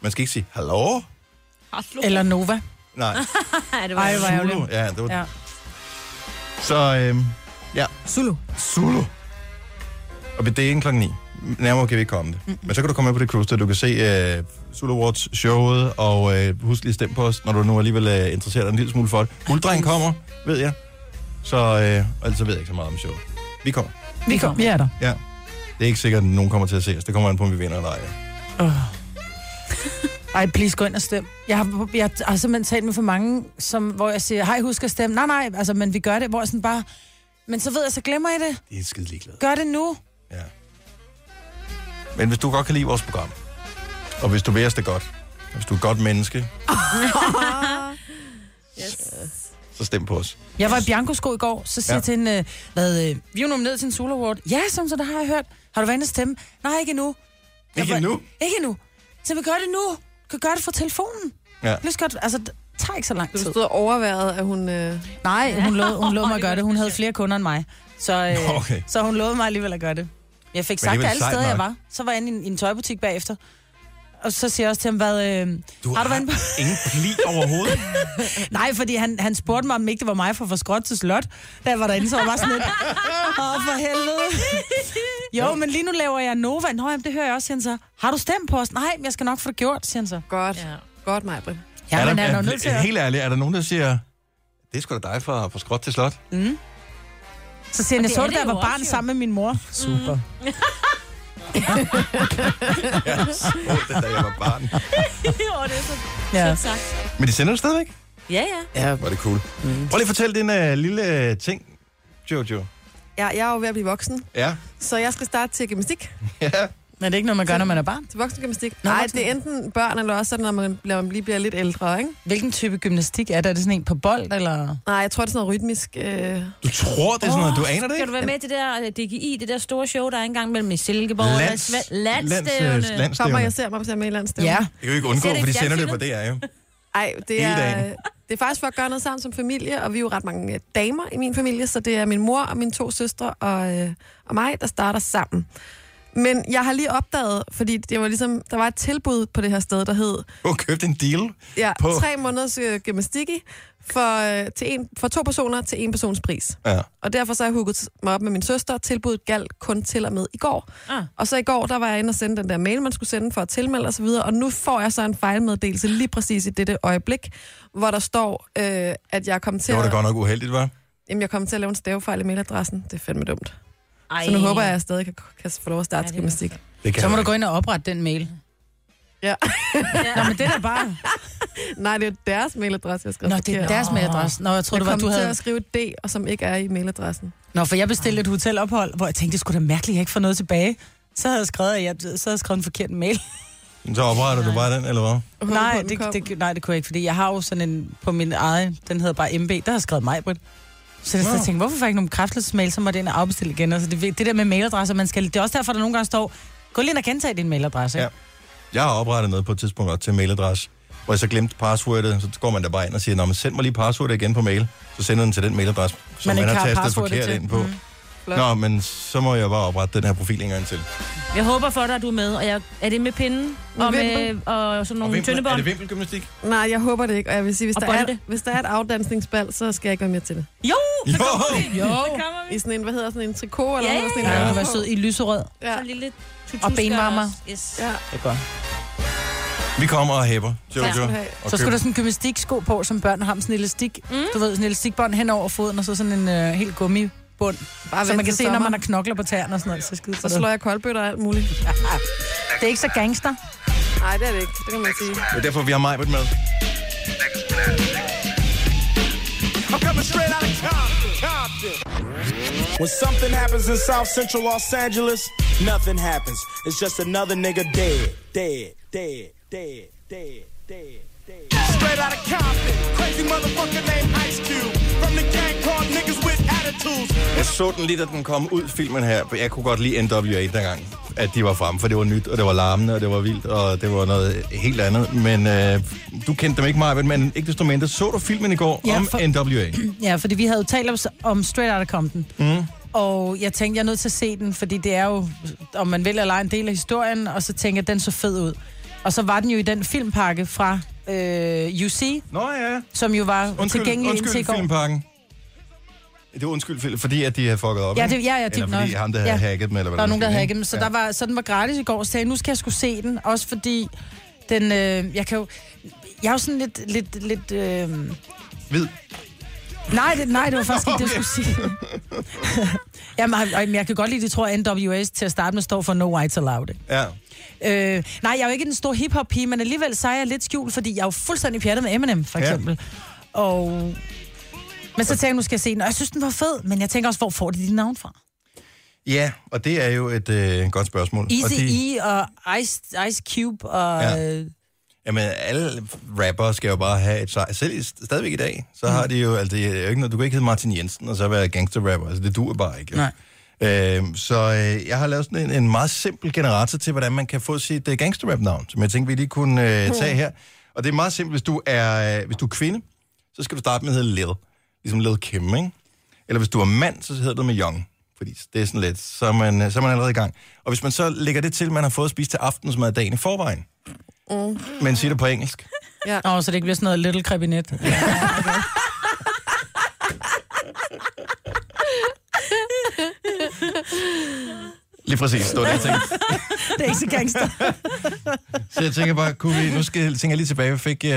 Man skal ikke sige, hallo?
Eller Nova.
Nej,
Nej, det var
Ej, hvor
Zulu.
ærgerligt.
Ja, det var...
Ja.
Ja. Så øhm, ja,
Zulu.
Zulu. Og ved dagen klokken 9. Nærmere kan vi ikke komme det. Men så kan du komme med på det cruise, der du kan se øh, Zulu Awards showet, og øh, husk lige at stemme på os, når du nu alligevel er interesseret en lille smule for det. Ulddreng kommer, ved jeg. Så, øh, og ellers så ved jeg ikke så meget om showet. Vi kommer.
*laughs* Vi, kom. vi er der.
Ja. Det er ikke sikkert, at nogen kommer til at se os. Det kommer an på, om vi vinder eller ej.
Ej, please, gå ind og stem. Jeg har, jeg har simpelthen talt med for mange, som, hvor jeg siger, hej, husk at stemme. Nej, nej, altså, men vi gør det, hvor jeg sådan bare... Men så ved jeg, så glemmer I det.
Det er skide ligeglad.
Gør det nu.
Ja. Men hvis du godt kan lide vores program, og hvis du vil os det godt, og hvis du er et godt *laughs* menneske, så stem på os.
Jeg var i Bianco-sko i går, så siger ja.
Ja.
jeg til hende, øh, hvad, øh, vi er jo nomineret til en Sula Award. Ja, som så, der har jeg hørt. Har du været inde at stemme? Nej, ikke endnu. Jeg
Ikke
var-
endnu.
Ikke endnu. Så vi gør det nu. Du kan gøre det fra telefonen.
Ja.
Lige så godt, altså, det tager ikke så lang
Du
tid.
stod overværet, at hun... Øh...
Nej, hun lovede, hun *laughs* lovede mig at gøre det. Hun havde flere kunder end mig. Så, øh,
Okay.
så hun lovede mig alligevel at gøre det. Jeg fik sagt det
alligevel
alle
sejt
steder, jeg
nok.
var. Så var jeg inde i en, i en tøjbutik bagefter. Og så siger jeg også til ham, hvad... Øh,
Du
har du været inde på?
ingen pli overhovedet.
Nej, fordi han, han spurgte mig, om ikke det var mig fra For Skråt til Slot, da jeg var derinde, så var jeg bare sådan lidt, åh, for helvede. Jo, men lige nu laver jeg Nova. Nå, jamen, det hører jeg også, siger han så. Har du stemt på os? Nej, men jeg skal nok få det gjort, siger han så.
Godt.
Ja.
Ja. Godt, Majbrit.
*laughs* Ja,
er
men
der,
han er jo nødt til at...
Helt ærligt, er der nogen, der siger, det er sgu da dig fra, fra skråt til slot?
Så siger han,
Og
jeg
det
så
er
det, da
det
jeg
jo
var barn
også, jo."
sammen med min mor. Super.
Åh, det er da jeg var barn.
Åh, det er så
Ja.
sødt sagt.
Men de sender det stadigvæk.
Ja, ja.
Ja. Var det cool. Mm. Prøv lige at fortælle din uh, lille øh, ting, Jojo.
Ja, jeg er jo ved at blive voksen,
Ja.
så jeg skal starte til gymnastik.
ja.
Men det er ikke noget, man gør, når man er barn.
Til voksengymnastik. Nej, det er enten børn, eller også sådan, når man, når man lige bliver lidt ældre, ikke?
Hvilken type gymnastik er det? Er det sådan en på bold, eller?
Nej, jeg tror, det er sådan noget rytmisk... Øh...
Du tror, det er sådan noget, du aner det
Kan du
ikke?
være med til det der øh, DGI, det der store show, der er engang mellem i Silkeborg
Lands-
og Sva-
Lands, øh,
Landstævne?
Kommer
landstævne.
jeg ser mig på med i landstævne?
Det kan jo ikke undgå,
Ser det
for de
ikke
sender det på
fjernsynet?
DR, jo.
Ej, det
Hele
er,
dagen.
det er faktisk for at gøre noget sammen som familie, og vi er jo ret mange øh, damer i min familie, så det er min mor og mine to søstre og, øh, og mig, der starter sammen. Men jeg har lige opdaget, fordi det var ligesom, der var et tilbud på det her sted, der hed
Du har købt en deal.
ja,
På-
tre måneders øh, gymnastik i, for, øh, til en, for to personer til en persons pris.
Ja.
Og derfor så har jeg hugget mig op med min søster. Tilbuddet galt kun til og med i går.
Ah.
Og så i går, der var jeg inde og sende den der mail, man skulle sende for at tilmelde osv. Og nu får jeg så en fejlmeddelelse lige præcis i dette øjeblik, hvor der står, øh, at jeg kom til,
Det var da
at,
godt nok uheldigt, var?
jamen, jeg kom til at lave en stavefejl i mailadressen. Det er fandme dumt.
Ej.
Så nu håber jeg, at jeg stadig kan, kan få lov at starte
Ja,
ja,
det er
gymnastik.
Det kan
Så må
jeg
du
ikke.
gå ind og oprette den mail.
Ja. *laughs*
Nå, men det er da bare...
Nej, det er deres mailadresse, jeg skrev
Nå, det er
forkert.
deres mailadresse. Nå, jeg
Jeg
troede, det var,
kom
du
til
havde...
at skrive D, og som ikke er i mailadressen.
Nå, for jeg bestilte et hotelophold, hvor jeg tænkte, det skulle da mærkeligt, at jeg ikke får noget tilbage. Så havde jeg skrevet, at jeg så havde jeg skrevet en forkert mail.
Så opretter du bare den, eller hvad?
Jeg håber på,
Nej
den
det,
kom.
det, nej, det kunne jeg ikke, fordi jeg har jo sådan en på min egen, den hedder bare MB, der har jeg skrevet mig på Så jeg
Nå.
wow. tænkte, hvorfor får jeg ikke nogen kræftelsesmail, så måtte jeg ind og afbestille igen. Altså det, det der med mailadresser, man skal, det er også derfor, der nogle gange står, gå lige ind og gentage din mailadresse.
Ja.
Ja.
Jeg har oprettet noget på et tidspunkt også til en mailadresse, hvor jeg så glemte passwordet, så går man der bare ind og siger, Nå, men send mig lige passwordet igen på mail, så sender den til den mailadresse, som
Man
man,
ikke
man
har
har tastet
passwordet
forkert
til.
ind på.
Mm.
Mm, Nå, men så må jeg bare oprette den her profil en gang til.
Mm,
Jeg håber for dig, at du er med. Og jeg, er det med pinden?
Med
og med og sådan nogle
er
tyndebånd?
det vimpelgymnastik?
Nej, jeg håber det ikke, og jeg vil sige, hvis,
Og
der er,
bolde.
hvis der er et afdansningsbal, så skal jeg ikke være med til det.
Jo!
Jo!
Jo,
Så kommer vi.
I sådan en, hvad hedder sådan en trikot, eller
Ja,
hvad sådan
ja,
en
ja. var sød i lyserød.
Ja.
Så en lille tutusker
Og benvarmer.
også. Yes.
Ja.
Det er godt.
Vi kommer og hæpper, Jojo.
du have.
Og
Så skulle
køber-
der sådan en gymnastiksko på, som børn har med sådan en elastik. Mm. Du ved, sådan en elastikbånd hen over foden, og så sådan en øh, helt gummibund.
Bare
Så man kan se, når man har knokler på tæerne og sådan noget. Så, skide
Så slår jeg koldbøtter og alt muligt.
*laughs* Det er ikke så gangster.
Nej, det er det ikke. Det kan man sige.
Det er derfor, vi har Majbert med.
When something happens in South Central Los Angeles, nothing happens. It's just another nigga dead, dead, dead, dead, dead, dead, dead. Straight out of Compton, crazy motherfucker named Ice Cube. From the gang called Niggas with Attitudes.
Jeg så den lige, da den kom ud, filmen her, for jeg kunne godt lide NWA dengang, at de var fremme, for det var nyt, og det var larmende, og det var vildt, og det var noget helt andet. Men øh, du kendte dem ikke meget, men ikke desto mindre. Så du filmen i går
Ja,
om
for- *clears throat*
NWA?
Ja, fordi vi havde jo talt om, om Straight Outta Compton. Mm. Og jeg tænkte, jeg er nødt til at se den, fordi det er jo, om man vil eller ej, en del af historien, og så tænker jeg, den så fed ud. Og så var den jo i den filmpakke fra øh, UC,
Nå ja,
som jo var
undskyld,
tilgængelig indtil i
undskyld
går.
filmparken. Det er undskyld, film, fordi at de har fucket op,
Ja,
ikke?
det- ja, ja, det er
eller fordi
nok.
ham, der havde
Ja.
hacket dem, eller hvad
Der var nogen, der havde
skulle,
hacket dem. Så, ja. der var, så den var gratis i går, og så sagde jeg, nu skal jeg skulle se den. Også fordi, den, øh, jeg kan jo... Jeg er jo sådan lidt... lidt, lidt øh,
Hvid.
nej, det, nej, det var faktisk ikke det, jeg skulle sige. *laughs* Jamen, og- og jeg kan godt lide, at de tror, at NWA's til at starte med står for No Whites Allowed. ikke?
Ja.
Øh, nej, jeg er jo ikke en stor hiphop-pige, men alligevel så er jeg lidt skjult, fordi jeg er jo fuldstændig pjattet med Eminem, for
Ja.
eksempel. Ja. Og... Men så tænkte jeg, nu skal jeg se den. Og jeg synes, den var fed, men jeg tænker også, hvor får de dit navn fra?
ja, og det er jo et øh, godt spørgsmål. og
Easy
de,
E og Ice, Ice Cube og...
Ja.
Ja.
Jamen, alle rappere skal jo bare have et sejr. Selv i- stadigvæk i dag, så har de jo... Altså, det er jo ikke noget, du kan ikke hedde Martin Jensen og så være gangsterrapper. Altså, det duer bare ikke. jo.
Nej.
Øhm, så øh, jeg har lavet sådan en, en meget simpel generator til, hvordan man kan få sit øh, gangsterrap-navn, som jeg tænkte, vi lige kunne øh, tage her. Og det er meget simpelt. Hvis du er, øh, hvis du er kvinde, så skal du starte med at hedde Lil. Ligesom Lil Kim, ikke? Eller hvis du er mand, så hedder du med Young. Fordi det er sådan lidt, så er man, øh, så er man allerede i gang. Og hvis man så lægger det til, man har fået at spise til aftensmad dagen i forvejen, mm. men siger det på engelsk,
Åh, oh, så det ikke bliver sådan noget little *laughs* krebinet.
Lige præcis, det var det, jeg tænkte.
det er ikke så gangster.
Så jeg tænker bare, kunne vi, nu skal, tænker jeg lige tilbage, jeg fik... Øh...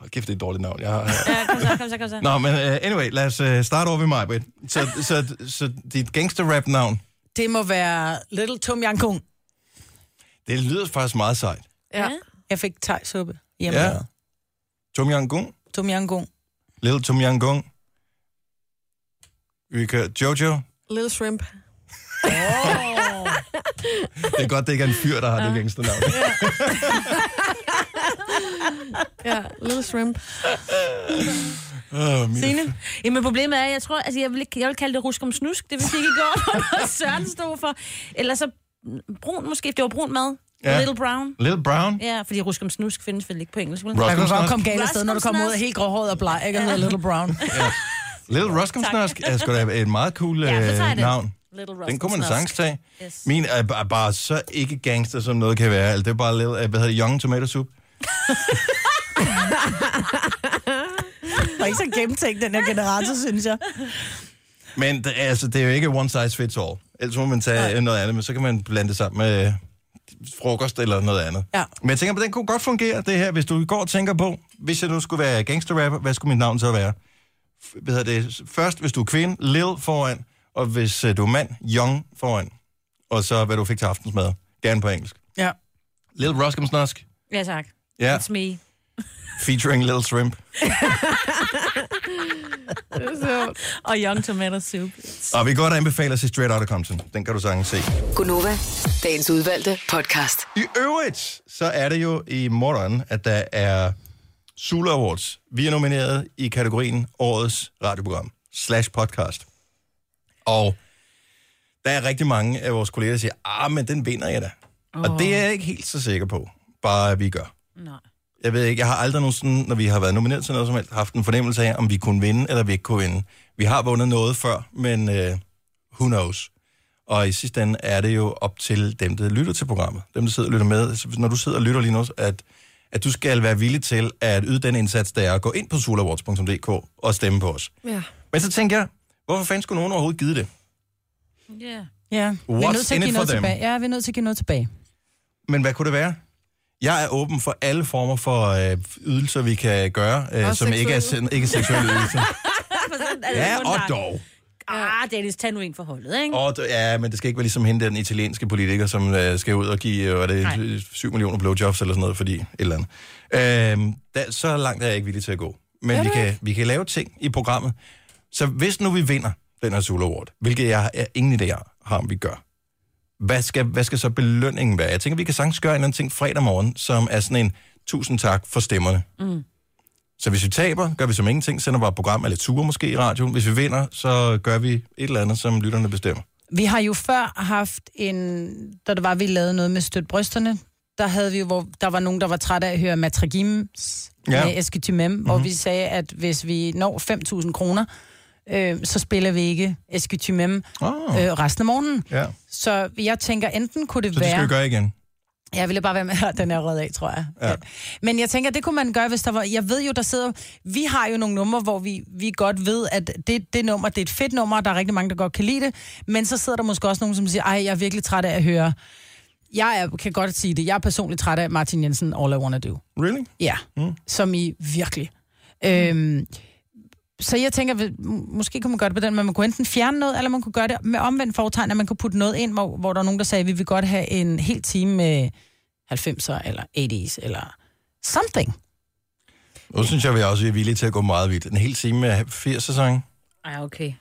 Hold kæft, det er et dårligt navn. Jeg har,
Ja, kom så, kom så, kom så.
Nå, men uh, anyway, lad os uh, starte over ved mig, Britt. Så, så, så dit gangster-rap-navn,
Det må være Little Tom Yang Kung.
det lyder faktisk meget sejt.
Ja.
Jeg fik thai-suppe hjemme. Ja.
Tom Yang Gung.
Tom Yang Kung.
Little Tom Yang Gung. Vi kører Jojo.
Little shrimp.
Det er godt, det ikke er en fyr, der har det gangsternavn.
Ja, little shrimp.
Oh, *laughs*
Signe? Jamen problemet er, jeg tror, altså jeg vil, ikke- jeg vil kalde det rusk om snusk, det vil sige ikke i går, *laughs* hvad Søren stod for. Eller så mm, brun måske, det var brun mad.
Ja.
Ja. Little brown.
Little Brown.
Ja, fordi rusk om snusk findes vel ikke på engelsk. vel?
Jeg
Roscoe
kunne godt
Snask.
komme galt afsted, når du kommer ud helt gråhåret og bleg, ikke? Jeg hedder Little Brown.
Little Roscoe Snask er sgu da et meget cool
Ja, så tager
øh,
jeg den.
navn.
Little Rusty
Den kunne man
Snusk.
sagtens tage.
Yes.
Min er bare, bare så ikke gangster, som noget kan være. Altså, det er bare lavet af, hvad hedder det, Young Tomato Soup.
var ikke så gennemtænkt, den her generator, synes jeg.
Men det, altså, det er jo ikke one size fits all. Ellers må man tage Nej. noget andet, men så kan man blande det sammen med øh, frokost eller noget andet.
Ja.
Men jeg tænker på, den kunne godt fungere, det her. Hvis du i går tænker på, hvis jeg nu skulle være gangsterrapper, hvad skulle mit navn så være? F- Hvad hedder det? Først, hvis du er kvinde, Lil foran, og hvis øh, du er mand, Young foran. Og så, hvad du fik til aftensmad. Gerne på engelsk.
Ja.
Lil Ruskum Snusk.
Ja, tak.
Ja.
It's
*laughs*
me.
Featuring Lil Shrimp.
Og Young Tomato Soup.
Og vi kan godt anbefale at se Straight Outta Compton. Den kan du sagtens se.
Gunova, dagens udvalgte podcast.
I øvrigt, så er det jo i morgen, at der er Sula Awards. Vi er nomineret i kategorien Årets Radioprogram slash podcast. Og der er rigtig mange af vores kolleger, der siger, ah, men den vinder jeg da. Oh. Og det er jeg ikke helt så sikker på, bare at vi gør.
Nej.
Jeg ved ikke, jeg har aldrig nogensinde, når vi har været nomineret til noget som helst, haft en fornemmelse af, om vi kunne vinde, eller vi ikke kunne vinde. Vi har vundet noget før, men øh, who knows. Og i sidste ende er det jo op til dem, der lytter til programmet. Dem, der sidder og lytter med. Så hvis- Når du sidder og lytter lige nu, at, at du skal være villig til at yde den indsats, der er at gå ind på sulawards.dk og stemme på os.
Ja.
Men så tænker jeg, hvorfor fanden skulle nogen overhovedet give det?
Yeah.
Ja, vi er
What's
nødt til
in
at
it
give
for
noget
them?
tilbage. Ja, vi er nødt til at give noget tilbage.
Men hvad kunne det være? Jeg er åben for alle former for øh, ydelser, vi kan gøre, øh, som ikke er,
seksuelle.
sen- ikke er seksuelle ydelser. ja, og dog.
Ah, Dennis, tag nu en for holdet, ikke?
Og, d- ja, men det skal ikke være ligesom hende der, den italienske politiker, som øh, skal ud og give øh, hvad er det, 7 millioner blowjobs eller sådan noget, fordi et eller andet. Øh, der, så langt er jeg ikke villig til at gå. Men vi kan, vi kan lave ting i programmet. Så hvis nu vi vinder den her Sula Award, hvilket jeg er ingen idé har, om vi gør, hvad skal, hvad skal så belønningen være? Jeg tænker, vi kan sagtens gøre en eller anden ting fredag morgen, som er sådan en tusind tak for stemmerne. Mm. Så hvis vi taber, gør vi som ingenting, sender bare et program eller ture måske i radioen. Hvis vi vinder, så gør vi et eller andet, som lytterne bestemmer.
Vi har jo før haft en... Da det var, vi lavede noget med støt brysterne, der havde vi jo, hvor der var nogen, der var trætte af at høre Matragims
Ja. Mhm.
ja. med Esketimem, mm-hmm. hvor vi sagde, at hvis vi når 5.000 kroner, øh, så spiller vi ikke Esketimem
Oh.
øh, resten af morgenen.
Ja,
Så jeg tænker, enten kunne det
så det
være...
skal vi gøre igen.
Jeg ville bare være med, at den er rød af, tror jeg.
Ja.
Ja. Men jeg tænker, det kunne man gøre, hvis der var... Jeg ved jo, der sidder... Vi har jo nogle numre, hvor vi, vi godt ved, at det, det nummer, det er et fedt nummer, og der er rigtig mange, der godt kan lide det. Men så sidder der måske også nogen, som siger, ej, jeg er virkelig træt af at høre... Jeg er, kan godt sige det. Jeg er personligt træt af Martin Jensen, All I Wanna Do.
Really?
Ja, mm. som i virkelig. Øhm, så jeg tænker, vel, m- måske kunne man gøre det på den, men man kunne enten fjerne noget, eller man kunne gøre det med omvendt foretegn, at man kunne putte noget ind, hvor, hvor der var nogen, der sagde, vi vil godt have en hel time med 90'er, eller 80's, eller something.
Nu synes jeg, vi også er villige til at gå meget vidt. En hel time med 80 sæson.
Ej, okay.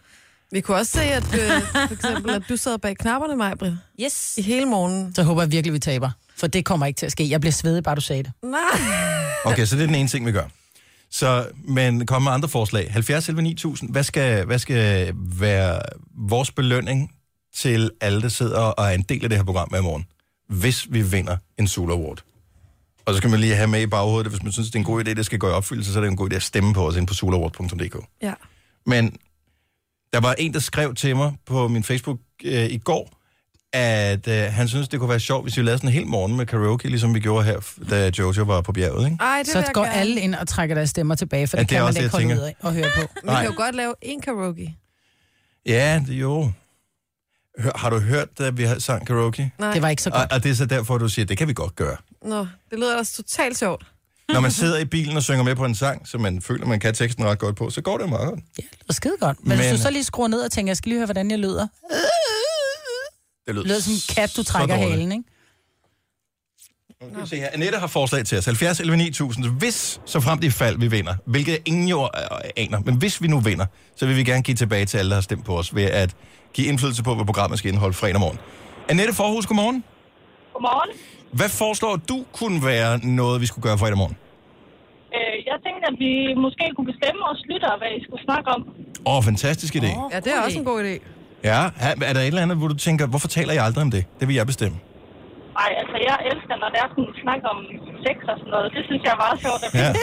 Vi kunne også se, at, øh, for eksempel, at du sad bag knapperne, Majbrit,
Yes.
i hele morgenen.
Så håber jeg virkelig, vi taber. For det kommer ikke til at ske. Jeg bliver svedig, bare du sagde det.
Nej.
Okay, så det er den ene ting, vi gør. Så, men kom med andre forslag. 70 11 9000. Hvad skal, hvad skal være vores belønning til alle, der sidder og er en del af det her program med i morgen, hvis vi vinder en Sula Award? Og så skal man lige have med i baghovedet, hvis man synes, det er en god idé, det skal gå i opfyldelse, så er det en god idé at stemme på os ind på sulaaward.dk.
Ja.
Men der var en, der skrev til mig på min Facebook øh, i går, at øh, han synes, det kunne være sjovt, hvis vi lavede sådan en hel morgen med karaoke, ligesom vi gjorde her, f- da Jojo var på bjerget. Ikke?
Ej, det vil
Så
jeg
går
gerne.
alle ind og trækker deres stemmer tilbage, for
Ja,
det,
det er
kan man
også
ikke
det, jeg
holde ud af at høre på.
Vi
Nej.
kan jo godt lave en karaoke.
Ja, det jo. Hør, har du hørt, at vi har sang
*laughs*
karaoke?
Nej.
Det var ikke så
Og,
godt.
og det er så derfor, du siger, det kan vi godt gøre.
Nå, det lyder altså totalt sjovt.
Når man sidder i bilen og synger med på en sang, som man føler, man kan teksten ret godt på, så går det meget godt.
Det var skide godt. Men, Men
Men-
hvis du så lige skruer ned og tænker, jeg skal lige høre, hvordan jeg lyder.
Det
Det lyder som en kat, du
så
trækker
dårligt.
halen, ikke?
Nu skal vi se her. Annette har forslag til os. 70 11 9000. Hvis, så frem i fald, vi vinder, hvilket ingen jo øh, aner, men hvis vi nu vinder, så vil vi gerne give tilbage til alle, der har stemt på os, ved at give indflydelse på, hvad programmet skal indeholde fredag morgen. Annette Forhus, godmorgen.
Godmorgen.
Hvad foreslår du kunne være noget, vi skulle gøre fredag morgen?
Øh, jeg tænkte, at vi måske kunne bestemme os lyttere, hvad I skulle snakke om.
Åh, oh, fantastisk idé. Oh.
Ja, det er også en god idé.
Ja, er er der et eller andet, hvor du tænker, hvorfor taler jeg aldrig om det? Det vil jeg bestemme.
Nej, altså jeg elsker, når der er sådan en snak om sex og sådan noget. Det synes jeg er meget sjovt. At *laughs*
Ja.
ja.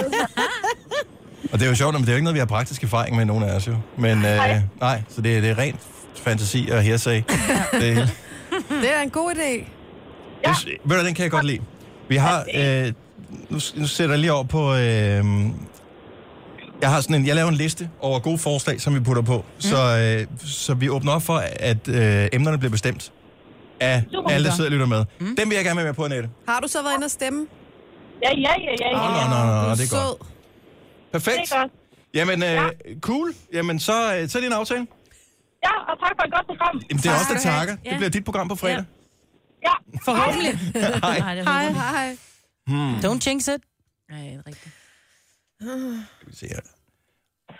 Og det er jo sjovt, men det er jo ikke noget, vi har praktisk erfaring med, nogen af os jo. Men øh, nej, så det, er- det er rent fantasi og hearsay. Det, ja.
Hmm. Det er en god idé.
jeg, sy- ved du, den kan jeg godt lide. Vi har... Øh, nu, s- nu sætter jeg lige over på... Øh, jeg har sådan en, jeg laver en liste over gode forslag, som vi putter på. Mm. Så, øh, så vi åbner op for, at øh, emnerne bliver bestemt af
Super.
alle, der sidder og lytter med. Mm. Dem vil jeg gerne være med på, Annette.
Har du så været inde og stemme?
Ja, ja, ja, ja.
Nå, nå, nå, nå, det er godt. Perfekt.
Det er godt.
Jamen, øh, cool. Jamen, så, øh, så er det en aftale.
Ja, og tak for et godt program.
Jamen, det er os, der takker. Det bliver dit program på fredag.
Ja.
*laughs*
Forhåbentlig.
Hej.
Hej, hej.
Hmm.
Don't jinx it.
Nej, det er rigtigt.
Skal vi se her.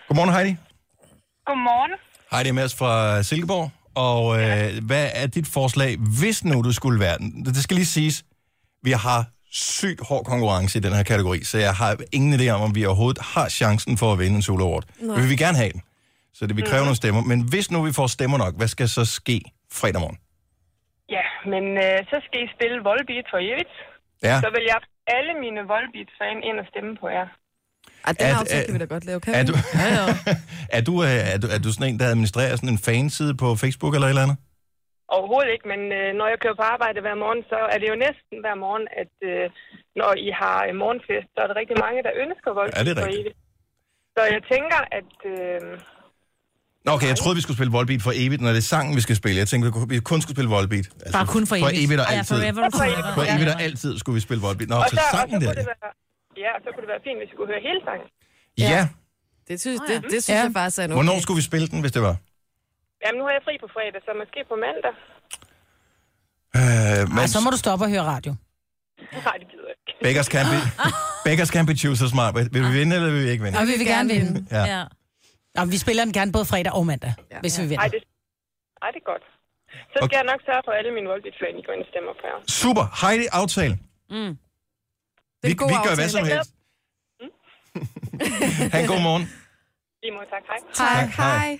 Godmorgen, Heidi.
Godmorgen.
Heidi er med os fra Silkeborg. Og øh, hvad er dit forslag, hvis nu du skulle være den? Det skal lige siges, vi har sygt hård konkurrence i den her kategori, så jeg har ingen idé om, om vi overhovedet har chancen for at vinde en solo award.
Nej.
Men vi vil gerne have den, så det vil kræve
Mhm.
nogle stemmer. Men hvis nu vi får stemmer nok, hvad skal så ske fredag morgen?
Ja, men øh, så skal I spille Volbeat for evigt.
Ja.
Så vil jeg alle mine Volbeat-fan ind og stemme på jer.
Ej, den
At- øh,
aftale kan vi da godt lave, kan vi?
er, du, *laughs* er, du, øh, er, du, er du sådan en, der administrerer sådan en fanside på Facebook eller et eller andet?
Overhovedet ikke, men øh, når jeg kører på arbejde hver morgen, så er det jo næsten hver morgen, at øh, når I har øh, morgenfest, så er der rigtig mange, der ønsker
Ja,
Volbeat
det er
for
rigtigt.
evigt. Så jeg tænker, at... Øh,
Nå, okay, jeg troede, vi skulle spille Volbeat for evigt, når det er sangen, vi skal spille. Jeg tænkte, vi kun skulle spille Volbeat. Altså,
Bare kun for
For
evigt.
evigt og
Ja,
altid.
forever and forever.
For evigt
Ja,
og
ja.
altid skulle vi spille Volbeat. Nå,
og
så
så, og så
sangen der.
kunne det være, ja, så kunne det være fint, hvis I kunne høre hele sangen.
Ja.
Det synes, det, det synes ja. jeg faktisk er en okay.
Hvornår skulle vi spille den, hvis det var?
Jamen, nu har jeg fri på fredag, så måske på mandag.
Øh, men
Ej, så må du stoppe og høre radio.
Nej, det gider jeg ikke.
Beggars can't be, beggars can't be choosers, smart. Vil vi vinde, eller vil vi ikke vinde?
Og vi vil gerne vinde.
Ja.
Og vi spiller den gerne både fredag og mandag, ja. hvis vi vinder.
Ej, det, ej, det er godt. Så skal okay. jeg nok sørge for, at alle mine voldgiftsfan, I går ind og stemmer på jer.
Super. Heidi, aftale.
Mm.
Vi, vi gør hvad som helst. *laughs* Ha' en god morgen.
I må tak. Hej.
Tak, hej.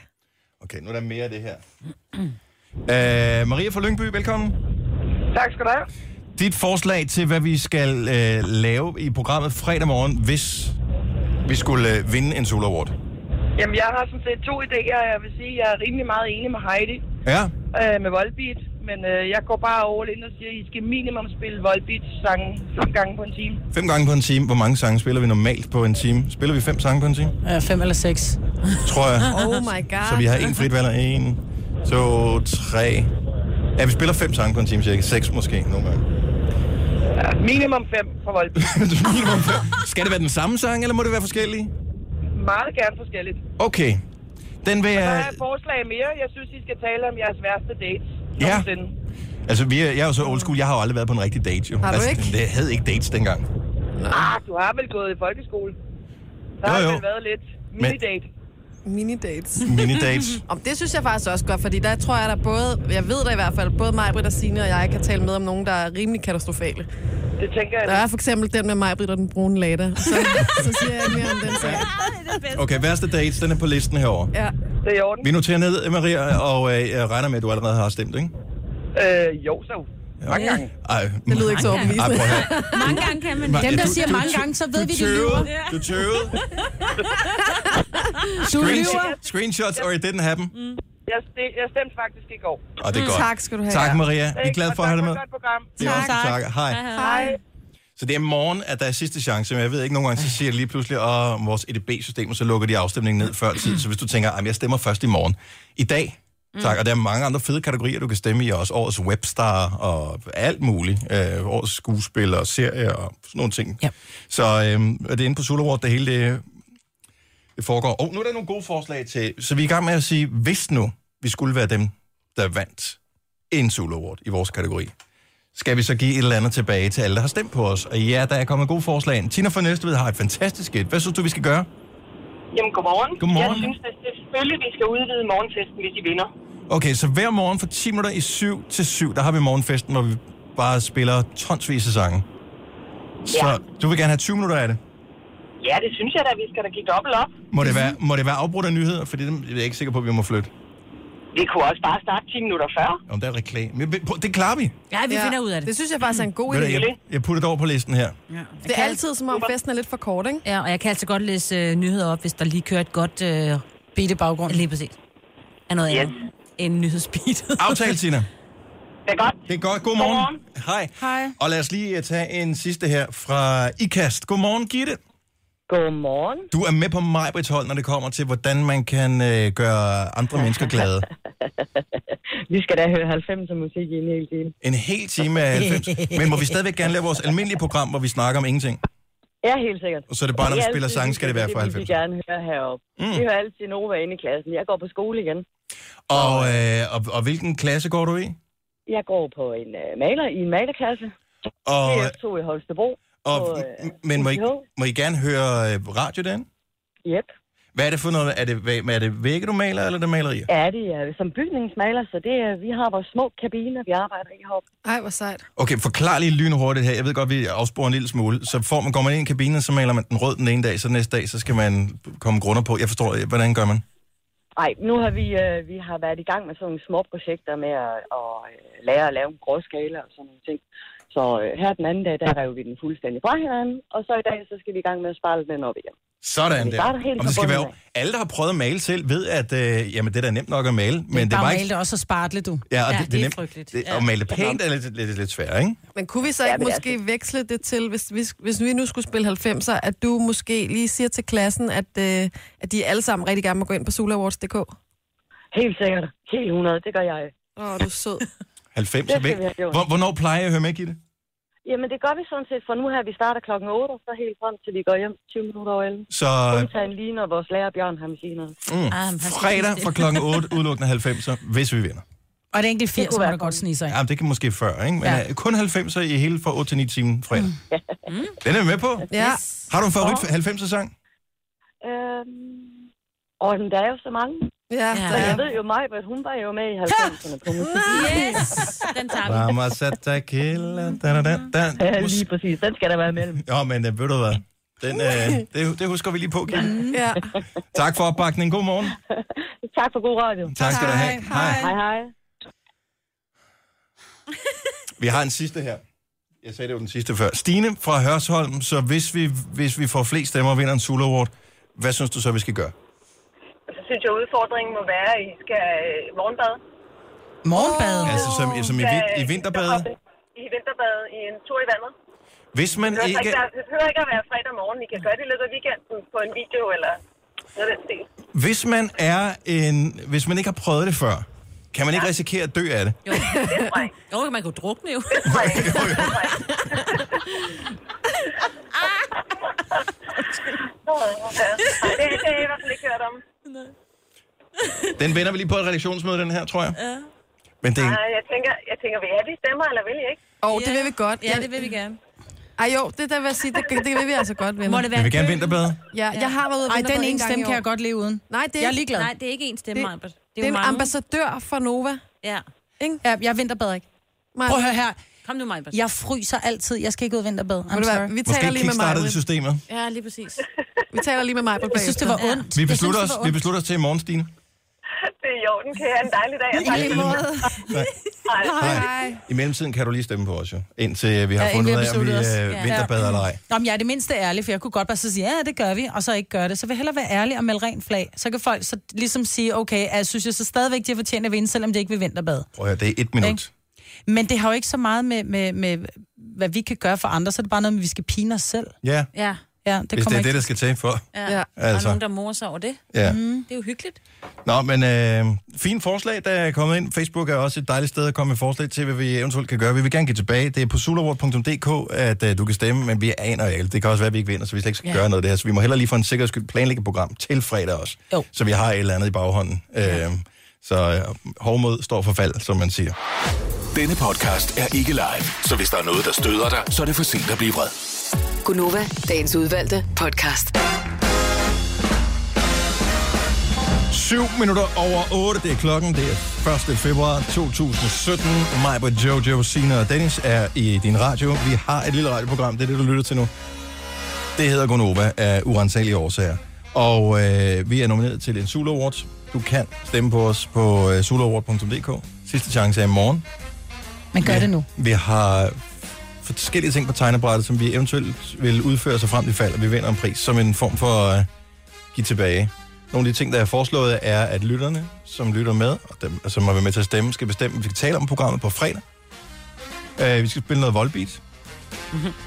Okay, nu er der mere af det her. *clears throat* Øh, Maria fra Lyngby, velkommen.
Tak skal du have.
Dit forslag til, hvad vi skal øh, lave i programmet fredag morgen, hvis vi skulle øh, vinde en Solo Award.
Jamen, jeg har sådan set to idéer. Jeg vil sige, at jeg er rimelig meget enig med Heidi
Ja,
øh, med Volbeat. Men øh, jeg går bare all in og siger, at I skal minimum spille Volbeat-sangen fem gange på en time.
fem gange på en time. Hvor mange sange spiller vi normalt på en time? Spiller vi fem sange på en time?
Ja, Øh, fem eller seks.
Tror jeg.
Oh my god.
Så vi har en frit valg og en, to, tre... Ja, vi spiller fem sange på en time cirka. Seks måske nogle gange.
Ja, minimum fem for
*laughs*
Volbeat.
minimum fem. Skal det være den samme sang, eller må det være forskellige?
Meget gerne forskelligt.
Okay. Den vil
Så har
jeg...
jeg et forslag mere. Jeg synes, I skal tale om jeres værste dates.
Ja.
nogensinde.
Altså, vi er, jeg er jo så old school. Jeg har jo aldrig været på en rigtig date, jo.
Har du
altså,
ikke?
Det jeg havde ikke dates dengang.
Ah, du har vel gået i folkeskole. Der
Jo,
har
jo.
vel været lidt minidate.
Minidates.
Minidates.
om det synes jeg faktisk også godt, fordi der tror jeg, der både, jeg ved da i hvert fald, både mig, Britt og Signe og jeg kan tale med om nogen, der er rimelig katastrofale.
Det tænker jeg.
Der er for eksempel den med mig, Britt og den brune lader. Så, så siger jeg ikke mere om den sag.
Okay, værste dates, den er på listen herover.
Ja.
Det er i orden.
Vi noterer ned, Maria, og øh, jeg regner med, at du allerede har stemt, ikke?
Øh, jo, så. Mange gange.
Ej,
Det lyder ikke så
mange gange. Ej,
overbevisende.
prøv at høre.
Mange gange kan man
Ma-
Dem, der
du-
siger
du
mange
tø-
gange, så ved
du
vi, de
tøvede.
lyver.
Du tøvede.
Du
Screen-
lyver.
Screenshots, or it didn't happen.
Jeg, stemte, jeg stemte faktisk i går.
Og
Mm.
det er godt.
Tak skal du have.
Tak, Maria. Vi er
Ikke?
glade
Og
for at have
tak
dig med.
et godt program.
Jo, tak. Hej.
Hej.
Så det er morgen, at der er sidste chance, men jeg ved ikke, nogle gange så siger det lige pludselig, at vores E EDB-system, så lukker de afstemningen ned før tid. Så hvis du tænker, at jeg stemmer først i morgen. I dag, tak. Og der er mange andre fede kategorier, du kan stemme i, også årets webstar og alt muligt. Øh, årets skuespiller og serier og sådan nogle ting. Ja. Så øh, det er inde på Solarward, det hele det, det foregår. Og nu er der nogle gode forslag til, så vi er i gang med at sige, hvis nu vi skulle være dem, der vandt en Solo Award i vores kategori skal vi så give et eller andet tilbage til alle, der har stemt på os. Og ja, der er kommet gode forslag. ind. Tina fra Næstved har et fantastisk gæt. Hvad synes du, vi skal gøre?
Jamen, godmorgen.
Godmorgen.
Jeg synes, at selvfølgelig, vi skal udvide morgenfesten, hvis I vinder.
Okay, så hver morgen fra 10 minutter i 7 til 7, der har vi morgenfesten, hvor vi bare spiller tonsvis af sange. Så
Ja.
du vil gerne have 20 minutter af det.
Ja, det synes jeg da, vi skal da give dobbelt op.
Må det være, må det være afbrudt af nyheder? Fordi dem er jeg ikke sikker på, at vi må flytte.
Vi kunne også bare starte 10 minutter før.
Om der er reklame. Men vi- prøv- Det klarer vi.
Ja, vi finder ud af det.
Det synes jeg faktisk er en god
Ved du,
idé.
jeg, jeg putter det over på listen her.
Det er altid som om festen er lidt for kort, ikke?
Ja, og jeg kan altså godt læse øh, nyheder op, hvis der lige kører et godt øh, bitte baggrund. Lige præcis. Af noget
Yes.
andet. end
*laughs*
nyhedsbeatet.
Aftale, Tina.
Det er godt.
Det er godt. Godmorgen. Godmorgen. Hej.
Hej.
Og lad os lige øh, tage en sidste her fra IKAST. Godmorgen, Gitte.
Godmorgen.
Du er med på mig, Britt Holm, når det kommer til, hvordan man kan øh, gøre andre mennesker glade.
Vi skal da høre 90'er musik i en hel time.
En hel time af 90. Men må vi stadigvæk gerne lave vores almindelige program, hvor vi snakker om ingenting?
Ja, helt sikkert.
Og så er det bare, når vi
altid
spiller sange, skal det være fra
Det vil vi gerne høre heroppe. Mm. Vi hører altid Nova inde i klassen. Jeg går på skole igen.
Og, øh, og, og hvilken klasse går du i?
Jeg går på en øh, maler i en malerklasse.
Og, øh,
Det er øh, to i Holstebro.
og, men må I, må I gerne høre øh, radio den?
Yep.
Hvad er det for noget? Er det, hvad- er det vægge, du maler, eller er det malerier?
Ja, det er som bygningsmaler, så det er, vi har vores små kabiner, vi arbejder i heroppe.
Ej, hvor sejt.
Okay, forklar lige lynhurtigt her. Jeg ved godt, vi afsporer en lille smule. Så får man, går man ind i kabinen, så maler man den rød den ene dag, så næste dag, så skal man komme grunder på. Jeg forstår, øh, hvordan gør man?
Nej, nu har vi, øh, vi har været i gang med sådan nogle små projekter med at, at øh, lære at lave en gråskala og sådan nogle ting. Så øh, her den anden dag, der rev vi den fuldstændig fra hinanden, og så i dag, så skal vi i gang med at sparle den op igen.
Sådan
Vi
der.
starter helt
Om det
fra
skal
bunden
være, alle, der har prøvet at male selv, ved, at øh, jamen, det er da nemt nok at male. Men det,
Bare
var
male
ikke...
det også og spartle, du.
Ja, og
Ja,
det, det,
det
er
er
nemt.
frygteligt.
Det,
Ja.
at male pænt er lidt, lidt, lidt svært, ikke?
Men kunne vi så ikke
Jamen,
måske altså... veksle det til, hvis, hvis, hvis vi nu skulle spille 90'er, at du måske lige siger til klassen, at, øh, at de alle sammen rigtig gerne må gå ind på sulawards.dk?
Helt sikkert. Helt 100, det gør jeg.
Åh, oh, du er sød.
90
Det
er væk.
skal vi have gjort.
Hvor, hvornår plejer jeg at høre med, Gitte?
Jamen, det gør vi sådan set, for nu her, vi starter klokken 8, og så helt frem til vi går hjem 20 minutter over 11.
Så
Undtagen lige, når vores lærer Bjørn har siger noget.
mm, fredag fra klokken 8, udelukkende 90'er, hvis vi vinder.
Og det er egentlig 80, må du godt snige sig.
Ja, det kan måske før, ikke? Men
Ja.
ja. kun 90'er i hele fra 8 til 9 timen fredag.
Mm.
Den er vi med på.
*laughs* Ja.
Har du en favorit
Og-
90'er sang?
Øhm, og jamen, der er jo så mange.
Ja,
så jeg ved jo mig, at hun var jo med i 90'erne på musik.
Yes, den tager vi.
Mama satte killa, da, da, da, da.
Ja, lige præcis. Den skal der være mellem.
Jo, men øh, ved du hvad? Den, øh, det, det husker vi lige på, Gitte.
Mm.
Ja.
Tak for opbakningen. God morgen.
Tak for god radio.
Tak skal du have. Hej.
Hej, hej.
Vi har en sidste her. Jeg sagde, det var den sidste før. Stine fra Hørsholm, så hvis vi, hvis vi får flest stemmer og vinder en Sula Award, hvad synes du så, vi skal gøre?
Så synes Altså, jeg, udfordringen må være, at I skal øh, morgenbade.
Morgenbad. Altså som, som i, vin- i vinterbade.
I vinterbade i en tur i vandet.
Hvis
Det
man
behøver,
ikke...
ikke... Være, det behøver ikke at være fredag morgen. I kan gøre det i løbet af weekenden på en video eller noget af den stil.
Hvis man er en... Hvis man ikke har prøvet det før, kan man ikke risikere at dø af det?
Jo, jo man kunne drukne jo.
Ja. Ej, Det, det har jeg i hvert fald ikke hørt om.
Den vender vi lige på et redaktionsmøde, den her, tror jeg.
Ja.
Men det er en...
Ej, jeg, tænker, jeg tænker, vil I have de stemmer, eller vil I ikke? *laughs*
Åh, oh, det vil vi godt.
Ja, det vil vi gerne.
Ej jo, det der vil jeg sige, det, det vil vi altså godt, venner.
Må det
Jeg vil gerne vinterbade.
Ja, jeg har været ude
Ej,
og vinterbade
den
en
ene
gang i
stemme
år.
kan jeg godt leve uden.
Nej, det er
jeg er
ikke-
ligjad.
Nej, det er ikke en stemme, Albert.
Det er en ambassadør for Nova.
Ja.
Ikke?
Ja, jeg vinterbader ikke.
Nej.
Prøv at høre her.
Kom nu, Majbert.
Jeg fryser altid. Jeg skal ikke ud og vinterbade.
Ved
I'm
du hvad,
sorry.
vi
Måske kickstartede systemet.
Ja, lige præcis.
Vi taler lige med mig på
Jeg synes, det var
bagefter.
ondt.
Vi beslutter, os, vi beslutter os til i morgen, Stine.
Det er i orden. Kan I have en dejlig dag.
I lige måde.
Tak.
Hej.
Hej. I mellemtiden kan du lige stemme på os, jo. Indtil vi har
Ja,
fundet ud
inden vi
af, om vi
beslutter os.
øh,
Ja.
vinterbader eller ej.
Nå, men jeg er det mindste ærlig, for jeg kunne godt bare så sige, ja, det gør vi, og så ikke gøre det. Så vil jeg hellere være ærlig og melde ren flag. Så kan folk så ligesom sige, okay, jeg synes jeg så stadigvæk, de har fortjent at vinde, selvom det ikke vil vinterbade.
Prøv at høre, det er et minut.
Ikke? Men det har jo ikke så meget med, med, med, hvad vi kan gøre for andre, så er det bare noget med, at vi skal pine os selv.
Ja,
Ja.
Ja, det
hvis det
kommer
er
ikke
det, der skal til for.
Ja. ja. Altså. Der
Altså.
er nogen, der morer sig over det.
Ja.
Mm. Det er jo hyggeligt.
Nå, men øh, fint forslag, der er kommet ind. Facebook er også et dejligt sted at komme med forslag til, hvad vi eventuelt kan gøre. Vi vil gerne give tilbage. Det er på sulaward.dk, at øh, du kan stemme, men vi aner ikke. Det kan også være, at vi ikke vinder, så vi slet ikke skal
Ja.
ja. gøre noget af det her. Så vi må hellere lige for en sikkerheds skyld planlægge et program til fredag også,
Jo.
så vi har et eller andet i baghånden. Ja. Øh, så øh, hårdmod står for fald, som man siger.
Denne podcast er ikke live, så hvis der er noget, der støder dig, så er det for sent at blive vred.
Gunova, dagens udvalgte podcast.
7 minutter over 8, det er klokken, det er 1. februar 2017. Mig på Jojo, Sina og Dennis er i din radio. Vi har et lille radioprogram, det er det, du lytter til nu. Det hedder Gonova af urensagelige årsager. Og øh, vi er nomineret til en Sula Award. Du kan stemme på os på øh, sulaaward.dk. Sidste chance er i morgen.
Men gør det nu.
Vi har forskellige ting på tegnebrættet, som vi eventuelt vil udføre sig frem til fald, og vi vinder en pris som en form for øh, give tilbage. Nogle af de ting, der er foreslået, er, at lytterne, som lytter med, og dem, som har været med til at stemme, skal bestemme, vi skal tale om programmet på fredag. Øh, vi skal spille noget Volbeat.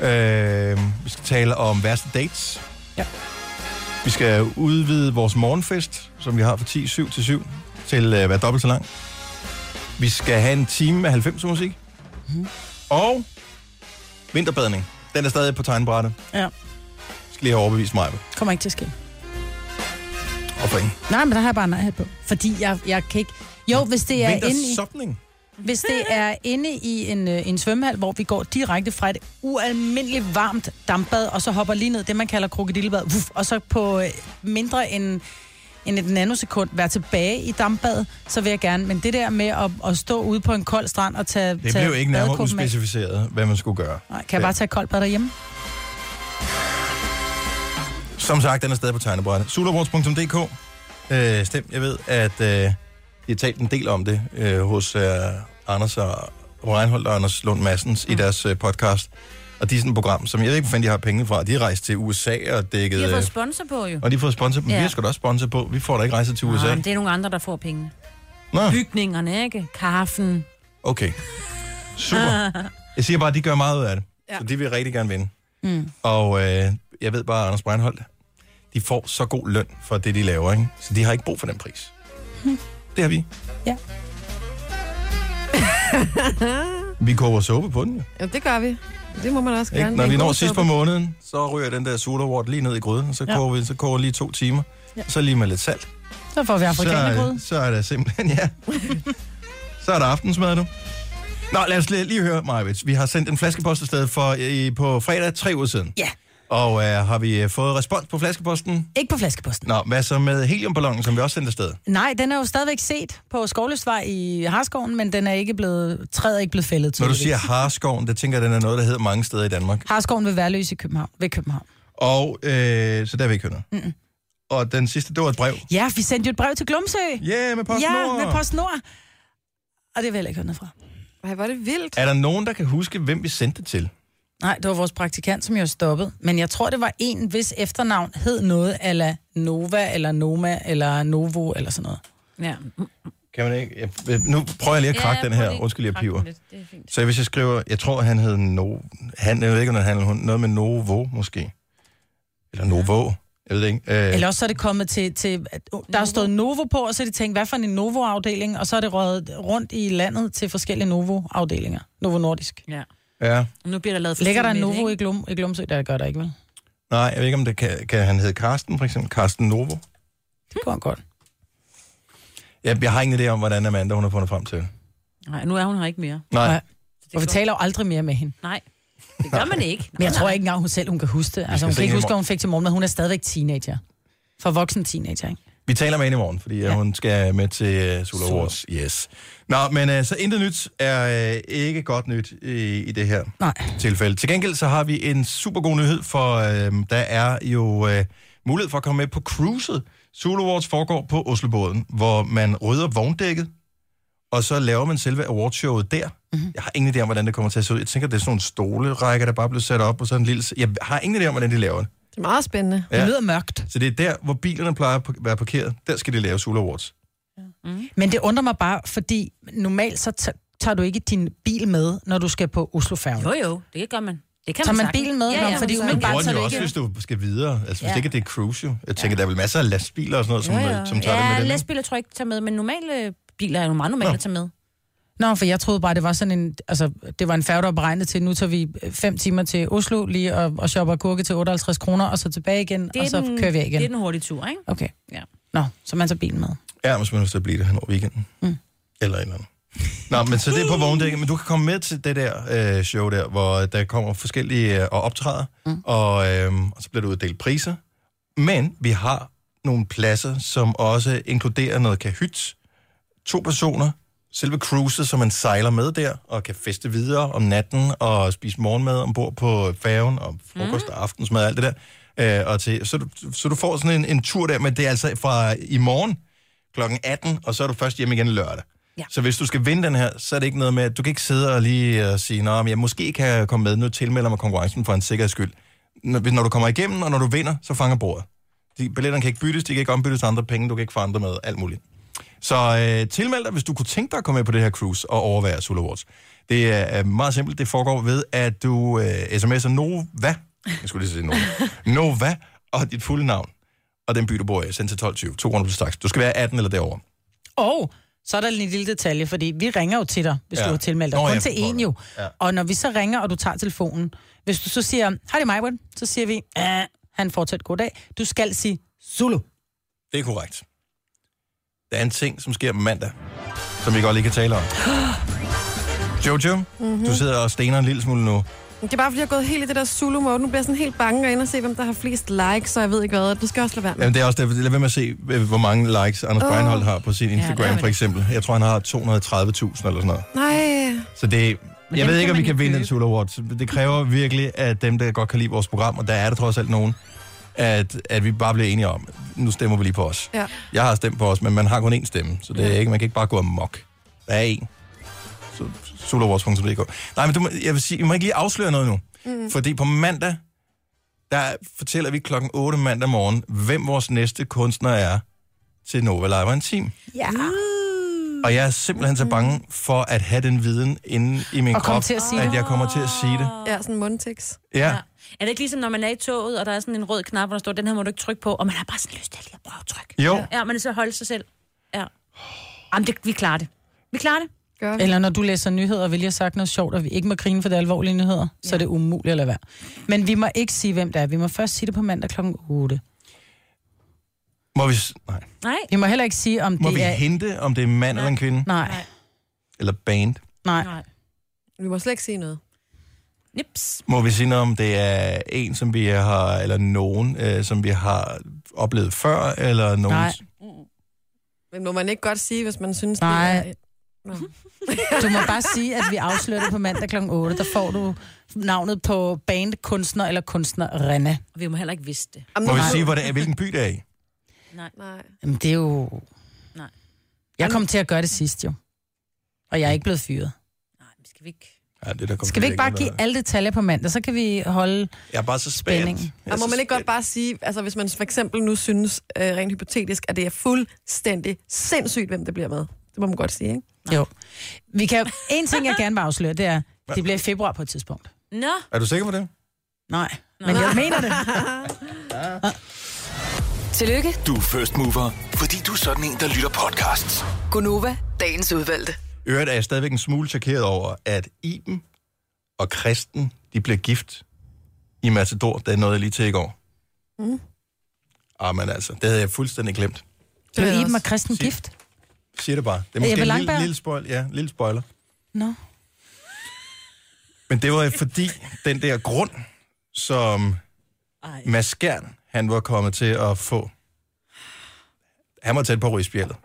øh, vi skal tale om værste dates.
Mhm. Ja.
Vi skal udvide vores morgenfest, som vi har fra 10, 7 til 7, til at være dobbelt så lang. Vi skal have en time med 90 musik. Og vinterbadning. Den er stadig på tegnbrættet.
Ja.
Skal lige have overbevist mig.
Kommer ikke til at ske.
Og for en.
Nej, men der har jeg bare en nej på. Fordi jeg, jeg kan ikke... Jo, hvis det er inde i...
Vintersopning.
Hvis *laughs* det er inde i en, øh, en svømmehal, hvor vi går direkte fra et ualmindeligt varmt dampbad, og så hopper lige ned det, man kalder krokodillebad, Vuff, og så på øh, mindre end, end et nanosekund være tilbage i dampbadet, så vil jeg gerne. Men det der med at, at stå ude på en kold strand og tage
Det
tage
blev ikke nærmere
badekåben af-
uspecificeret, hvad man skulle gøre.
Nej, kan jeg bare tage et koldt bad derhjemme?
Som sagt, den er stadig på tegnebrættet. Sulawards.dk. Øh, stem, jeg ved, at øh, de har talt en del om det øh, hos øh, Anders og og Reinholdt og Anders Lund Massens mm. i deres øh, podcast. Og de er sådan et program, som jeg ved ikke, hvor fanden de har penge fra. De har rejst til USA og dækket...
De har fået
øh,
sponsor på, jo.
og de har fået sponsor, men ja.
Ja.
vi har sgu da også sponsor på. Vi får da ikke rejser til USA.
Nå, men det er nogle andre, der får pengene.
Nå.
Bygningerne, ikke? Kaffen.
Okay. Super. Jeg siger bare, at de gør meget ud af det. Ja. Så de vil rigtig gerne vinde.
Mm.
Og øh, jeg ved bare, at Anders Breinholt, de får så god løn for det, de laver, ikke? Så de har ikke brug for den pris.
Hmm.
Det har vi.
Ja.
*laughs* Vi koger såbe på den, jo.
Ja, det gør vi. Det må man også gerne.
Ikke? Når
Det er
vi
en
når
god
sidst på
suppe.
måneden, så ryger den der sodavort lige ned i gryden, og så
Ja.
koger vi så koger vi lige to timer.
Ja.
Så lige med lidt salt.
Så får vi
så,
afrikanerbrød.
så er det simpelthen, ja. så er der aftensmad nu. Nå, lad os lige, lige høre, Marvits. Vi har sendt en flaskepost afsted for, i, på fredag tre uger siden.
Ja.
Og øh, har vi øh, fået respons på flaskeposten?
Ikke på flaskeposten.
Nå, hvad så med heliumballonen, som vi også sendte afsted?
Nej, den er jo stadigvæk set på Skovløsvej i Harskoven, men den er ikke blevet, træet er ikke blevet fældet til.
Når du siger harskoven, der tænker jeg, den er noget, der hedder mange steder i Danmark.
Harskoven ved Værløs i København, ved København.
Og øh, så der vil vi ikke høre noget.
Mm-mm.
Og den sidste, det var et brev.
Ja, vi sendte jo et brev til Glumsø.
Ja, med PostNord.
Ja, med PostNord. Og det vil jeg ikke høre fra.
Ej, var det vildt.
Er der nogen, der kan huske, hvem vi sendte det til?
Nej, det var vores praktikant, som jo stoppede. Men jeg tror, det var en, hvis efternavn hed noget, eller Nova, eller Noma, eller Novo, eller sådan noget.
Ja.
Kan man ikke? Jeg, øh, nu prøver jeg lige at
Ja,
krakke
prøv
den her.
lige at
Undskyld, jeg
krakke
piver.
den lidt. Det er fint.
Så hvis jeg skriver, jeg tror, han hed No... Han, jeg ved ikke, om han hed noget med Novo, måske. Eller Novo. Jeg ved det ikke. Øh,
Eller også så er det kommet til, til at uh, der er stået Novo på, og så har de tænkt, hvad for en Novo-afdeling, og så er det røget rundt i landet til forskellige Novo-afdelinger. Novo Nordisk.
Ja.
Ja.
Nu bliver der lavet
Ligger der en
forsøg med det,
Novo i, Glum, i Glumsø? Der gør der ikke, vel?
Nej, jeg ved ikke, om det kan, kan han hedde Karsten, for eksempel. Karsten Novo.
Det kunne han godt.
Jeg, jeg har ingen idé om, hvordan Amanda, hun har fundet frem til.
Nej, nu er hun her ikke mere.
Nej.
Og vi taler jo aldrig mere med hende.
Nej, det gør man ikke.
Men jeg tror ikke engang, hun selv hun kan huske det. Altså, hun
se
kan ikke
hende i
huske, hvad
morgen.
hun fik til morgenmad. Hun er stadigvæk teenager. For voksen teenager, ikke?
Vi taler med hende i morgen, fordi ja. hun skal med til uh, Sula Awards. Yes. Nå, men uh, så intet nyt er uh, ikke godt nyt i, i det
*laughs*
her
Nej.
tilfælde. Til gengæld så har vi en super god nyhed, for uh, der er jo uh, mulighed for at komme med på cruiset. Sula Awards foregår på Oslobåden, hvor man rydder vogndækket, og så laver man selve awardshowet der. Mm-hmm. Jeg har ingen idé om, hvordan det kommer til at se ud. Jeg tænker, det er sådan nogle stolerækker, der bare blev sat op, og sådan en lille... Jeg har ingen idé om, hvordan de laver det.
Det er meget spændende.
Ja. Det lyder
mørkt.
Så det er der, hvor bilerne plejer at park- være parkeret. Der skal de lave Sula Awards.
Men det undrer mig bare, fordi normalt så ta- tager du ikke din bil med, når du skal på Oslofærgen.
Jo, jo, det gør man. Det kan
Tager man
sagtens.
bilen med?
Ja,
Nå,
ja,
fordi
så-
Du
umiddelbart
bruger
så
den jo
er det
også,
ikke-
hvis du skal videre. Altså, hvis
Ja.
ja. ikke at det er cruise, jo. Jeg tænker, ja. der er vel masser af lastbiler og sådan noget, som, ja, ja. som tager
ja,
det med den.
lastbiler tror jeg ikke tager med, men normale biler er jo meget normale at tage med.
Nå, for jeg troede bare, det var sådan en, altså, det var en færge, der var beregnet til, nu tager vi 5 timer til Oslo lige og, og shopper gurke til 58 kroner, og så tilbage igen,
Det er
og så
den-
kører vi af igen.
Det er den hurtige tur, ikke?
Okay.
Ja.
Nå, så man tager bilen med.
Ja, hvis man har lyst til at blive det hen over weekenden.
Mm.
Eller et eller andet. Nå, men så det er på vogndækket. Men du kan komme med til det der øh, show der, hvor der kommer forskellige øh, og optræder, mm. og, øh, og så bliver der uddelt priser. Men vi har nogle pladser, som også inkluderer noget kahyt, to personer, selve cruiset, som man sejler med der, og kan feste videre om natten, og spise morgenmad ombord på færgen, og frokost og aftensmad og alt det der. Øh, og til, så, du, så du får sådan en, en tur der, men det er altså fra i morgen kl. 18, og så er du først hjemme igen lørdag.
Ja.
Så hvis du skal vinde den her, så er det ikke noget med, at du kan ikke sidde og lige og sige, at jeg måske kan komme med, nu tilmelder mig konkurrencen for en sikkerheds skyld. Når, når du kommer igennem, og når du vinder, så fanger bordet. De, billetterne kan ikke byttes, de kan ikke ombyttes til andre penge, du kan ikke få andre med, alt muligt. Så øh, tilmeld dig, hvis du kunne tænke dig at komme med på det her cruise og overvære Sula Awards. Det er øh, meget simpelt. Det foregår ved, at du øh, sms'er Nova, jeg skulle lige sige Nova, Nova og dit fulde navn, og den by, du bor i, send til 12.20, 200 plus straks. Du skal være 18 eller derovre.
Og så er der lige en lille detalje, fordi vi ringer jo til dig, hvis
Ja.
ja. du har tilmeldt dig.
Nå,
Kun
ja,
til
for
en jo.
Ja.
Ja. Og når vi så ringer, og du tager telefonen, hvis du så siger, hej det er mig, så siger vi, "Ah, han fortsat god dag. Du skal sige Zulu.
Det er korrekt. Der er en ting, som sker mandag, som vi godt lige kan tale om. *gasps* Jojo,
Mhm.
mm-hmm. du sidder og stener en lille smule nu.
Det er bare, fordi jeg er gået helt i det der Zulu-mode. Nu bliver jeg sådan helt bange og ind og se, hvem der har flest likes, og jeg ved ikke hvad. Du skal også lade være med.
Jamen, det er også derfor, lad være med at se, øh, hvor mange likes Anders
Åh.
oh. Breinholt har på sin
Ja, det er
Instagram,
det.
for eksempel. Jeg tror, han har 230.000 eller sådan noget.
Nej.
Så det,
Men dem
jeg ved
kan
ikke, om vi
man
kan
jo
vinde en
købe.
Sula Award. Så Det kræver virkelig, at dem, der godt kan lide vores program, og der er der trods alt nogen, at, at vi bare bliver enige om, nu stemmer vi lige på os.
Ja.
Jeg har stemt på os, men man har kun én stemme, så det er ikke, man kan ikke bare gå amok. Der er én. Så soloawards.dk. Nej, men du må, jeg vil sige, vi må ikke lige afsløre noget nu. Mm. Fordi på mandag, der fortæller vi klokken 8 mandag morgen, hvem vores næste kunstner er til Nova Live en time.
Ja.
Mm.
Og jeg er simpelthen så bange for at have den viden inde i min
Og komme
krop,
til at sige
at
det.
jeg kommer til at sige det.
Ja, sådan mundtiks.
Ja. ja.
Er det ikke ligesom, når man er i toget, og der er sådan en rød knap, hvor der står, den her må du ikke trykke på, og man har bare sådan lyst til lige at prøve at trykke.
Jo.
Ja, men så holde sig selv. Ja. Jamen, det, vi klarer det. Vi klarer det.
Gør
vi.
*laughs* Eller når du læser nyheder, og vil jeg sagt noget sjovt, og vi ikke må grine for det er alvorlige nyheder, ja. så er det umuligt at lade være. Men vi må ikke sige, hvem det er. Vi må først sige det på mandag kl. 8.
Må vi, s- nej.
Nej.
Vi må heller ikke sige, om
Må
det
vi
er...
hente, om det er en mand eller en kvinde?
Nej.
Eller band?
Nej.
Nej.
Vi må slet ikke sige noget.
Nips.
Må vi sige noget om, det er en, som vi har, eller nogen, øh, som vi har oplevet før, eller nogen...
Nej. Men må man ikke godt sige, hvis man synes,
Nej. Mhm.
det er... Nå.
Du må bare sige, at vi afslører det på mandag kl. 8. Der får du navnet på bandkunstner eller kunstner Rene.
Vi må heller ikke vidste det.
Må vi sige, hvor det er, hvilken by det er i?
Nej.
Nej.
Jamen, det er jo...
Nej.
Jeg kom til at gøre det sidst jo. Og jeg er ikke blevet fyret.
Ja, det er der kommer
Skal vi ikke bare give alle detaljer på mandag, så kan vi holde...
Jeg er bare så spændt.
Spændingen.
Jeg øh- er
Og må
så
man ikke godt bare sige, altså hvis man for eksempel nu synes, øh, rent hypotetisk, at det er fuldstændig sindssygt, hvem det bliver med. Det må man godt sige, ikke?
Jo. Vi kan... En ting, jeg gerne vil afsløre, det er, det bliver i februar på et tidspunkt.
Nå.
Er du sikker på det?
Nej, men jeg mener *laughs* det.
Tillykke,
Du er first mover, fordi du er sådan en, der lytter podcasts.
Gunova, dagens udvalgte.
I Øvrigt er jeg stadigvæk en smule chokeret over, at Iben og Kristen, de bliver gift i Matador. Det er noget, jeg lige til i går.
Mm.
Ah, men altså, det havde jeg fuldstændig glemt.
Blev Iben og Kristen gift?
Siger det bare. Det er
Er Jeppe
måske en lille,
Langberg?
lille, spoil, ja, en lille spoiler.
Nå.
Men det var fordi, den der grund, som Mads Skjern, han var kommet til at få, han var tæt på rødspjældet.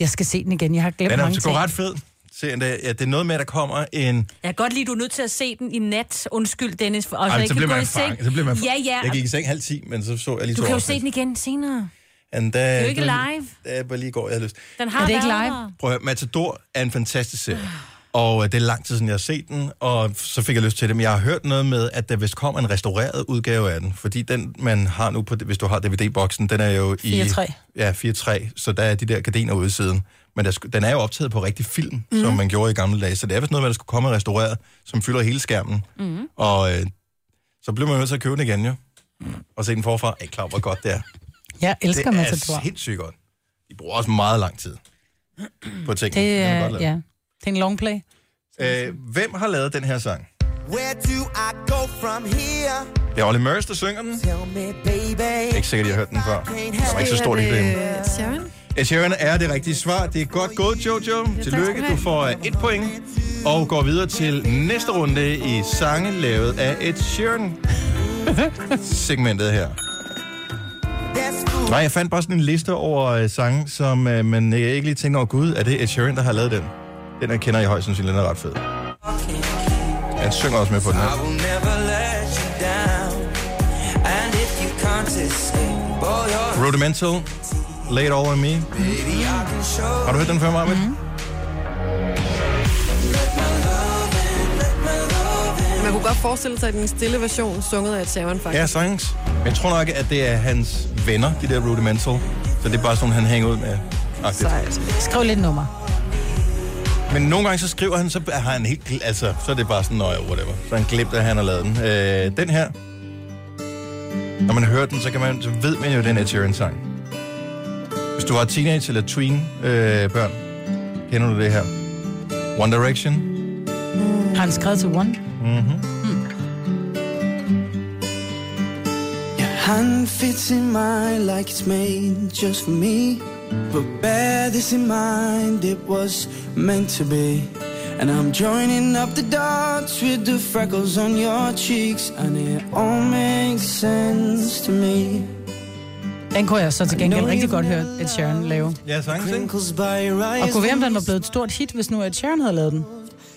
Jeg skal se den igen. Jeg har glemt
Den er
mange
altså
ting.
ret fed. Se, den der- ja, det er noget med, at der kommer en...
Jeg kan godt lide, du er nødt til at se den i nat. Undskyld, Dennis. for- Og
Ej, men
ikke
så bliver
gå
man
i seng.
fanget. Så bliver man
Ja, ja.
Jeg gik i seng halv ti, men så så jeg lige
Du
to
kan jo
afsnit.
se den igen senere.
And da,
Det er jo ikke live.
Da, bare lige i går, jeg havde lyst.
Den har
Er det ikke
været
live?
der.
Prøv at høre, Matador er en fantastisk serie. Og øh, det er lang tid siden, jeg har set den, og så fik jeg lyst til det. Men jeg har hørt noget med, at der vist kommer en restaureret udgave af den. Fordi den, man har nu, på, hvis du har DVD-boksen, den er jo i...
4-3.
Ja, 4-3. Så der er de der gardiner ude i siden. Men der, sku- den er jo optaget på rigtig film, mm. som man gjorde i gamle dage. Så det er vist noget med, at der skulle komme restaureret, som fylder hele skærmen.
Mm.
Og øh, så blev man nødt til at købe den igen, jo. Og se den forfra. Jeg er klar, over, hvor godt det er.
Jeg elsker
det
Matador.
er sindssygt godt. De bruger også meget lang tid på ting.
Det er, ja. det er en long play.
Øh, hvem har lavet den her sang?
Where do I go from here?
Det er Olly Murs, der synger den.
Tell me, baby.
Jeg er ikke sikkert, jeg har hørt den før. Det var ikke så stort i det.
øh, Sharon?
Ed Sheeran er det rigtige svar. Det er godt gået, Jojo. Tillykke, du får øh, et point. Og går videre til næste runde i sange lavet af Ed Sheeran. Segmentet her. Nej, jeg fandt bare sådan en liste over øh, sange, som øh, man øh, ikke lige tænker over, gud, er det Ed Sheeran, der har lavet den? Den her kender jeg højst sandsynligt, den er ret fed. Han synger også med på den her.
I will never let you down. And if you can't escape, boy, you're
Rudimental, Lay It All On Me.
baby, I can show
Har du hørt den før, Marvind? Mm-hmm.
my love and let my love in.
Man kunne godt forestille sig, at den stille version sunget af et savant, faktisk.
Ja, sangs. Men jeg tror nok, at det er hans venner, de der rudimental. Så det er bare sådan, han hænger ud med. Agtigt.
Skriv lidt nummer.
Men nogle gange så skriver han, så har han helt, gl- altså, så er det bare sådan, nøj, whatever. Så har han glemt, at han har lavet den. Øh, den her, når man hører den, så, kan man, så ved man jo, at det er en Ed Sheeran-sang. Hvis du var teenage eller tween-børn, øh, børn, kender du det her? One Direction.
Har han skrevet til One?
Mm-hmm.
Hand fits in mine like it's made just for me. But bear this in mind, it was meant to be. And I'm joining up the dots with the freckles on your cheeks, and it all makes sense to me.
Den kunne jeg så til gengæld rigtig godt høre Ed Sheeran lave.
Ja, sangen,
Crinkles by your eyes.
Og kunne være, om den var blevet et stort hit, hvis nu Ed Sheeran havde lavet den.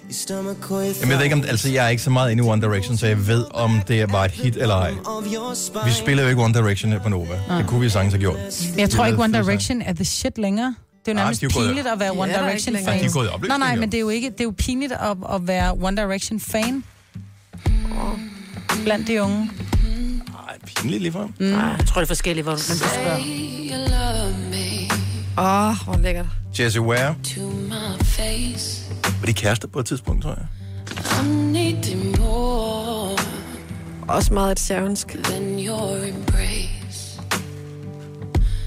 Your stomach or your
Jamen, jeg ved ikke, om, altså, jeg er ikke så meget inde i One Direction, så jeg ved, om det var et hit eller ej.
of your spine.
Vi spiller jo ikke One Direction her på Nova.
Nej.
Det kunne vi sagtens have gjort.
Men jeg tror
Det
ikke,
er
One
fed sang.
Direction er the shit længere. Det er jo
Ah,
nærmest
de er gået-
pinligt at være
De
One
er der ikke
Direction
længere.
fan.
Ah, de er gået i
Nej,
opløsning,
nej,
jo.
men det er jo ikke det er jo pinligt at, at være One Direction fan blandt de unge.
altså. Pinligt lige frem.
Mm.
Jeg tror, det er forskelligt, hvor du hvem du spørger.
Åh, oh, hvor lækkert.
Mm.
Jesse Ware.
face.
Var de kærester på et tidspunkt, tror jeg?
I'm needing more
Også meget et sjærensk.
than your embrace.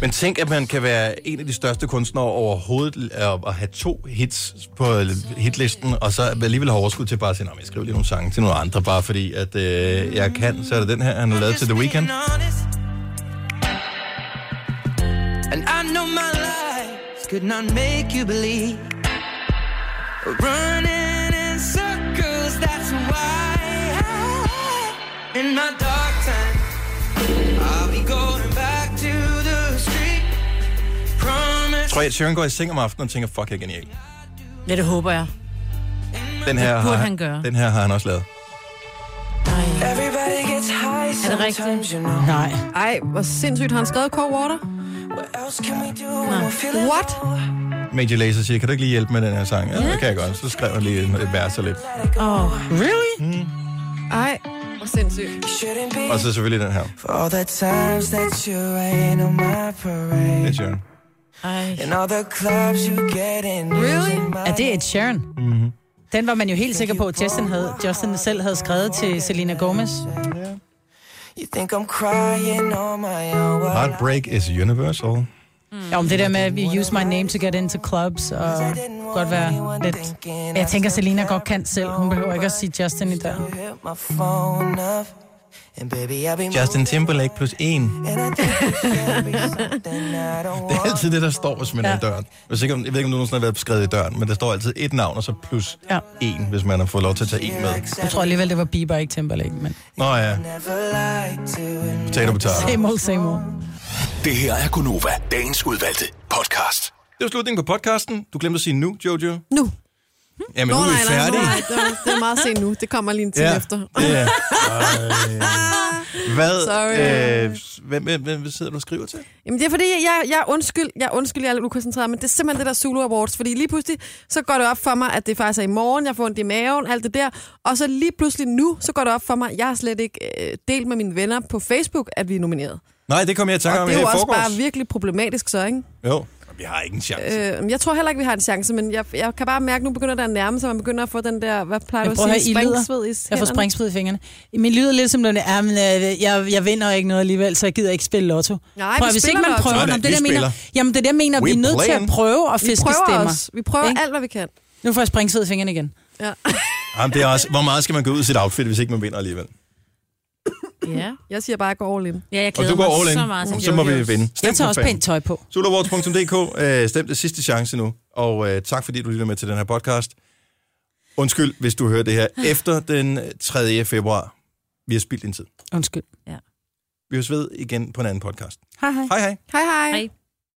Men tænk, at man kan være en af de største kunstnere overhovedet, og og have to hits på hitlisten, og så alligevel have overskud til bare at sige, "Nå, men jeg skriver lige nogle sange til nogle andre, bare fordi, at øh, jeg kan. Så er det den her, han har lavet til The Weeknd.
And I know my lies could not make you believe. Running in circles, that's why. I, in my dark time, I'll be going back to the street. Promise.
Tror jeg, at Sharon går i seng om aftenen og tænker, fuck, jeg er genial.
Ja, det håber jeg.
Den her,
burde
har,
han gøre.
den her har han også lavet.
Everybody gets high
Er det rigtigt?
Nej.
Ej, hvor sindssygt. Har han skrevet Cold Water? What?
Major Lazer siger, kan du ikke lige hjælpe med den her sang? Ja, det kan jeg godt. Så skrev han lige en- et vers og lidt.
Oh, really?
Mm.
Ej, hvor sindssygt.
Og så selvfølgelig den her.
For all the times that you rain on my parade.
Det er Sharon.
And all the clubs you get in.
Really? Er det Ed Sheeran? Mm-hmm. Den var man jo helt sikker på, at Justin, havde, Justin selv havde skrevet til Selena Gomez.
You think I'm crying on my own. Well,
Heartbreak is universal.
Ja, om det der med, at vi use my name to get into clubs, og godt være lidt... Men Jeg tænker, Selena godt kan selv. Hun behøver ikke at sige Justin i døren.
hit my phone up. And baby, I've been
Justin Timberlake plus en.
And I think it should be something I don't
Det er altid det, der står, hvis man ja. er i døren. Hvis ikke, om- jeg ved ikke, om nogen sådan har været beskrevet i døren, men der står altid et navn, og så plus
Ja.
en, hvis man har fået lov til at tage en med.
Jeg tror alligevel, det var Bieber, ikke Timberlake, men...
Nå ja,
never like to.
potato, potato.
Same old, same old.
Det her er Gunova, dagens udvalgte podcast.
Det var slutningen på podcasten. Du glemte at sige nu, Jojo.
Nu.
Jamen, nu er vi
nej, nej,
færdige.
nej, det var- det er meget sent nu. Det kommer lige en time
Ja.
efter.
Ja. Hvad,
Sorry.
øh, hvem, hvem, hvem sidder du og skriver til?
Jamen, det er fordi, jeg, jeg er undskyld, jeg er undskyld, jeg er lidt ukoncentreret, men det er simpelthen det der Zulu Awards, fordi lige pludselig, så går det op for mig, at det faktisk er i morgen, jeg får ondt i maven, alt det der, og så lige pludselig nu, så går det op for mig, jeg har slet ikke øh, delt med mine venner på Facebook, at vi er nomineret.
Nej, det kom jeg i tanke om
og det er
her
jo
i
også
forgårs.
bare virkelig problematisk så, ikke?
Jo, vi har ikke en chance.
Øh, men jeg tror heller ikke, vi har en chance, men jeg, jeg kan bare mærke, at nu begynder der at nærme sig, man begynder at få den der, hvad plejer
Jeg
du
prøver
at
at
sige,
høre, I lider.
springsved i
Jeg får
hænderne?
springspryd i fingrene. Min lyder lidt som den, ja, men, øh, jeg, jeg vinder ikke noget alligevel, så jeg gider ikke spille lotto.
Nej,
Prøv,
vi
at, hvis
spiller
ikke man
lotto.
prøver,
Sådan,
Nå, det
vi
der mener,
spiller.
jamen det der mener,
We
vi er nødt til
playing.
at prøve at
Vi
fiske
prøver
stemmer.
os. Vi prøver
Ikke?
alt, hvad vi kan.
Nu får jeg springsved i fingrene igen.
Ja.
Jamen, det er også, hvor meget skal man gå ud i sit outfit, hvis ikke man vinder alligevel?
ja. *laughs* Jeg siger bare, at jeg går all in.
Ja, jeg
Og du går all in, så, meget, så må vi vinde. Stem
Jeg tager
for
også
fanden.
pænt tøj på.
Sulawards.dk. Øh, stem det sidste chance nu. Og øh, tak fordi du lytter med til den her podcast. Undskyld, hvis du hører det her efter den 3. februar. Vi har spildt en tid.
Undskyld.
Vi høres ved igen på en anden podcast.
Hej hej.
Hej hej.
Hej hej.
Hej.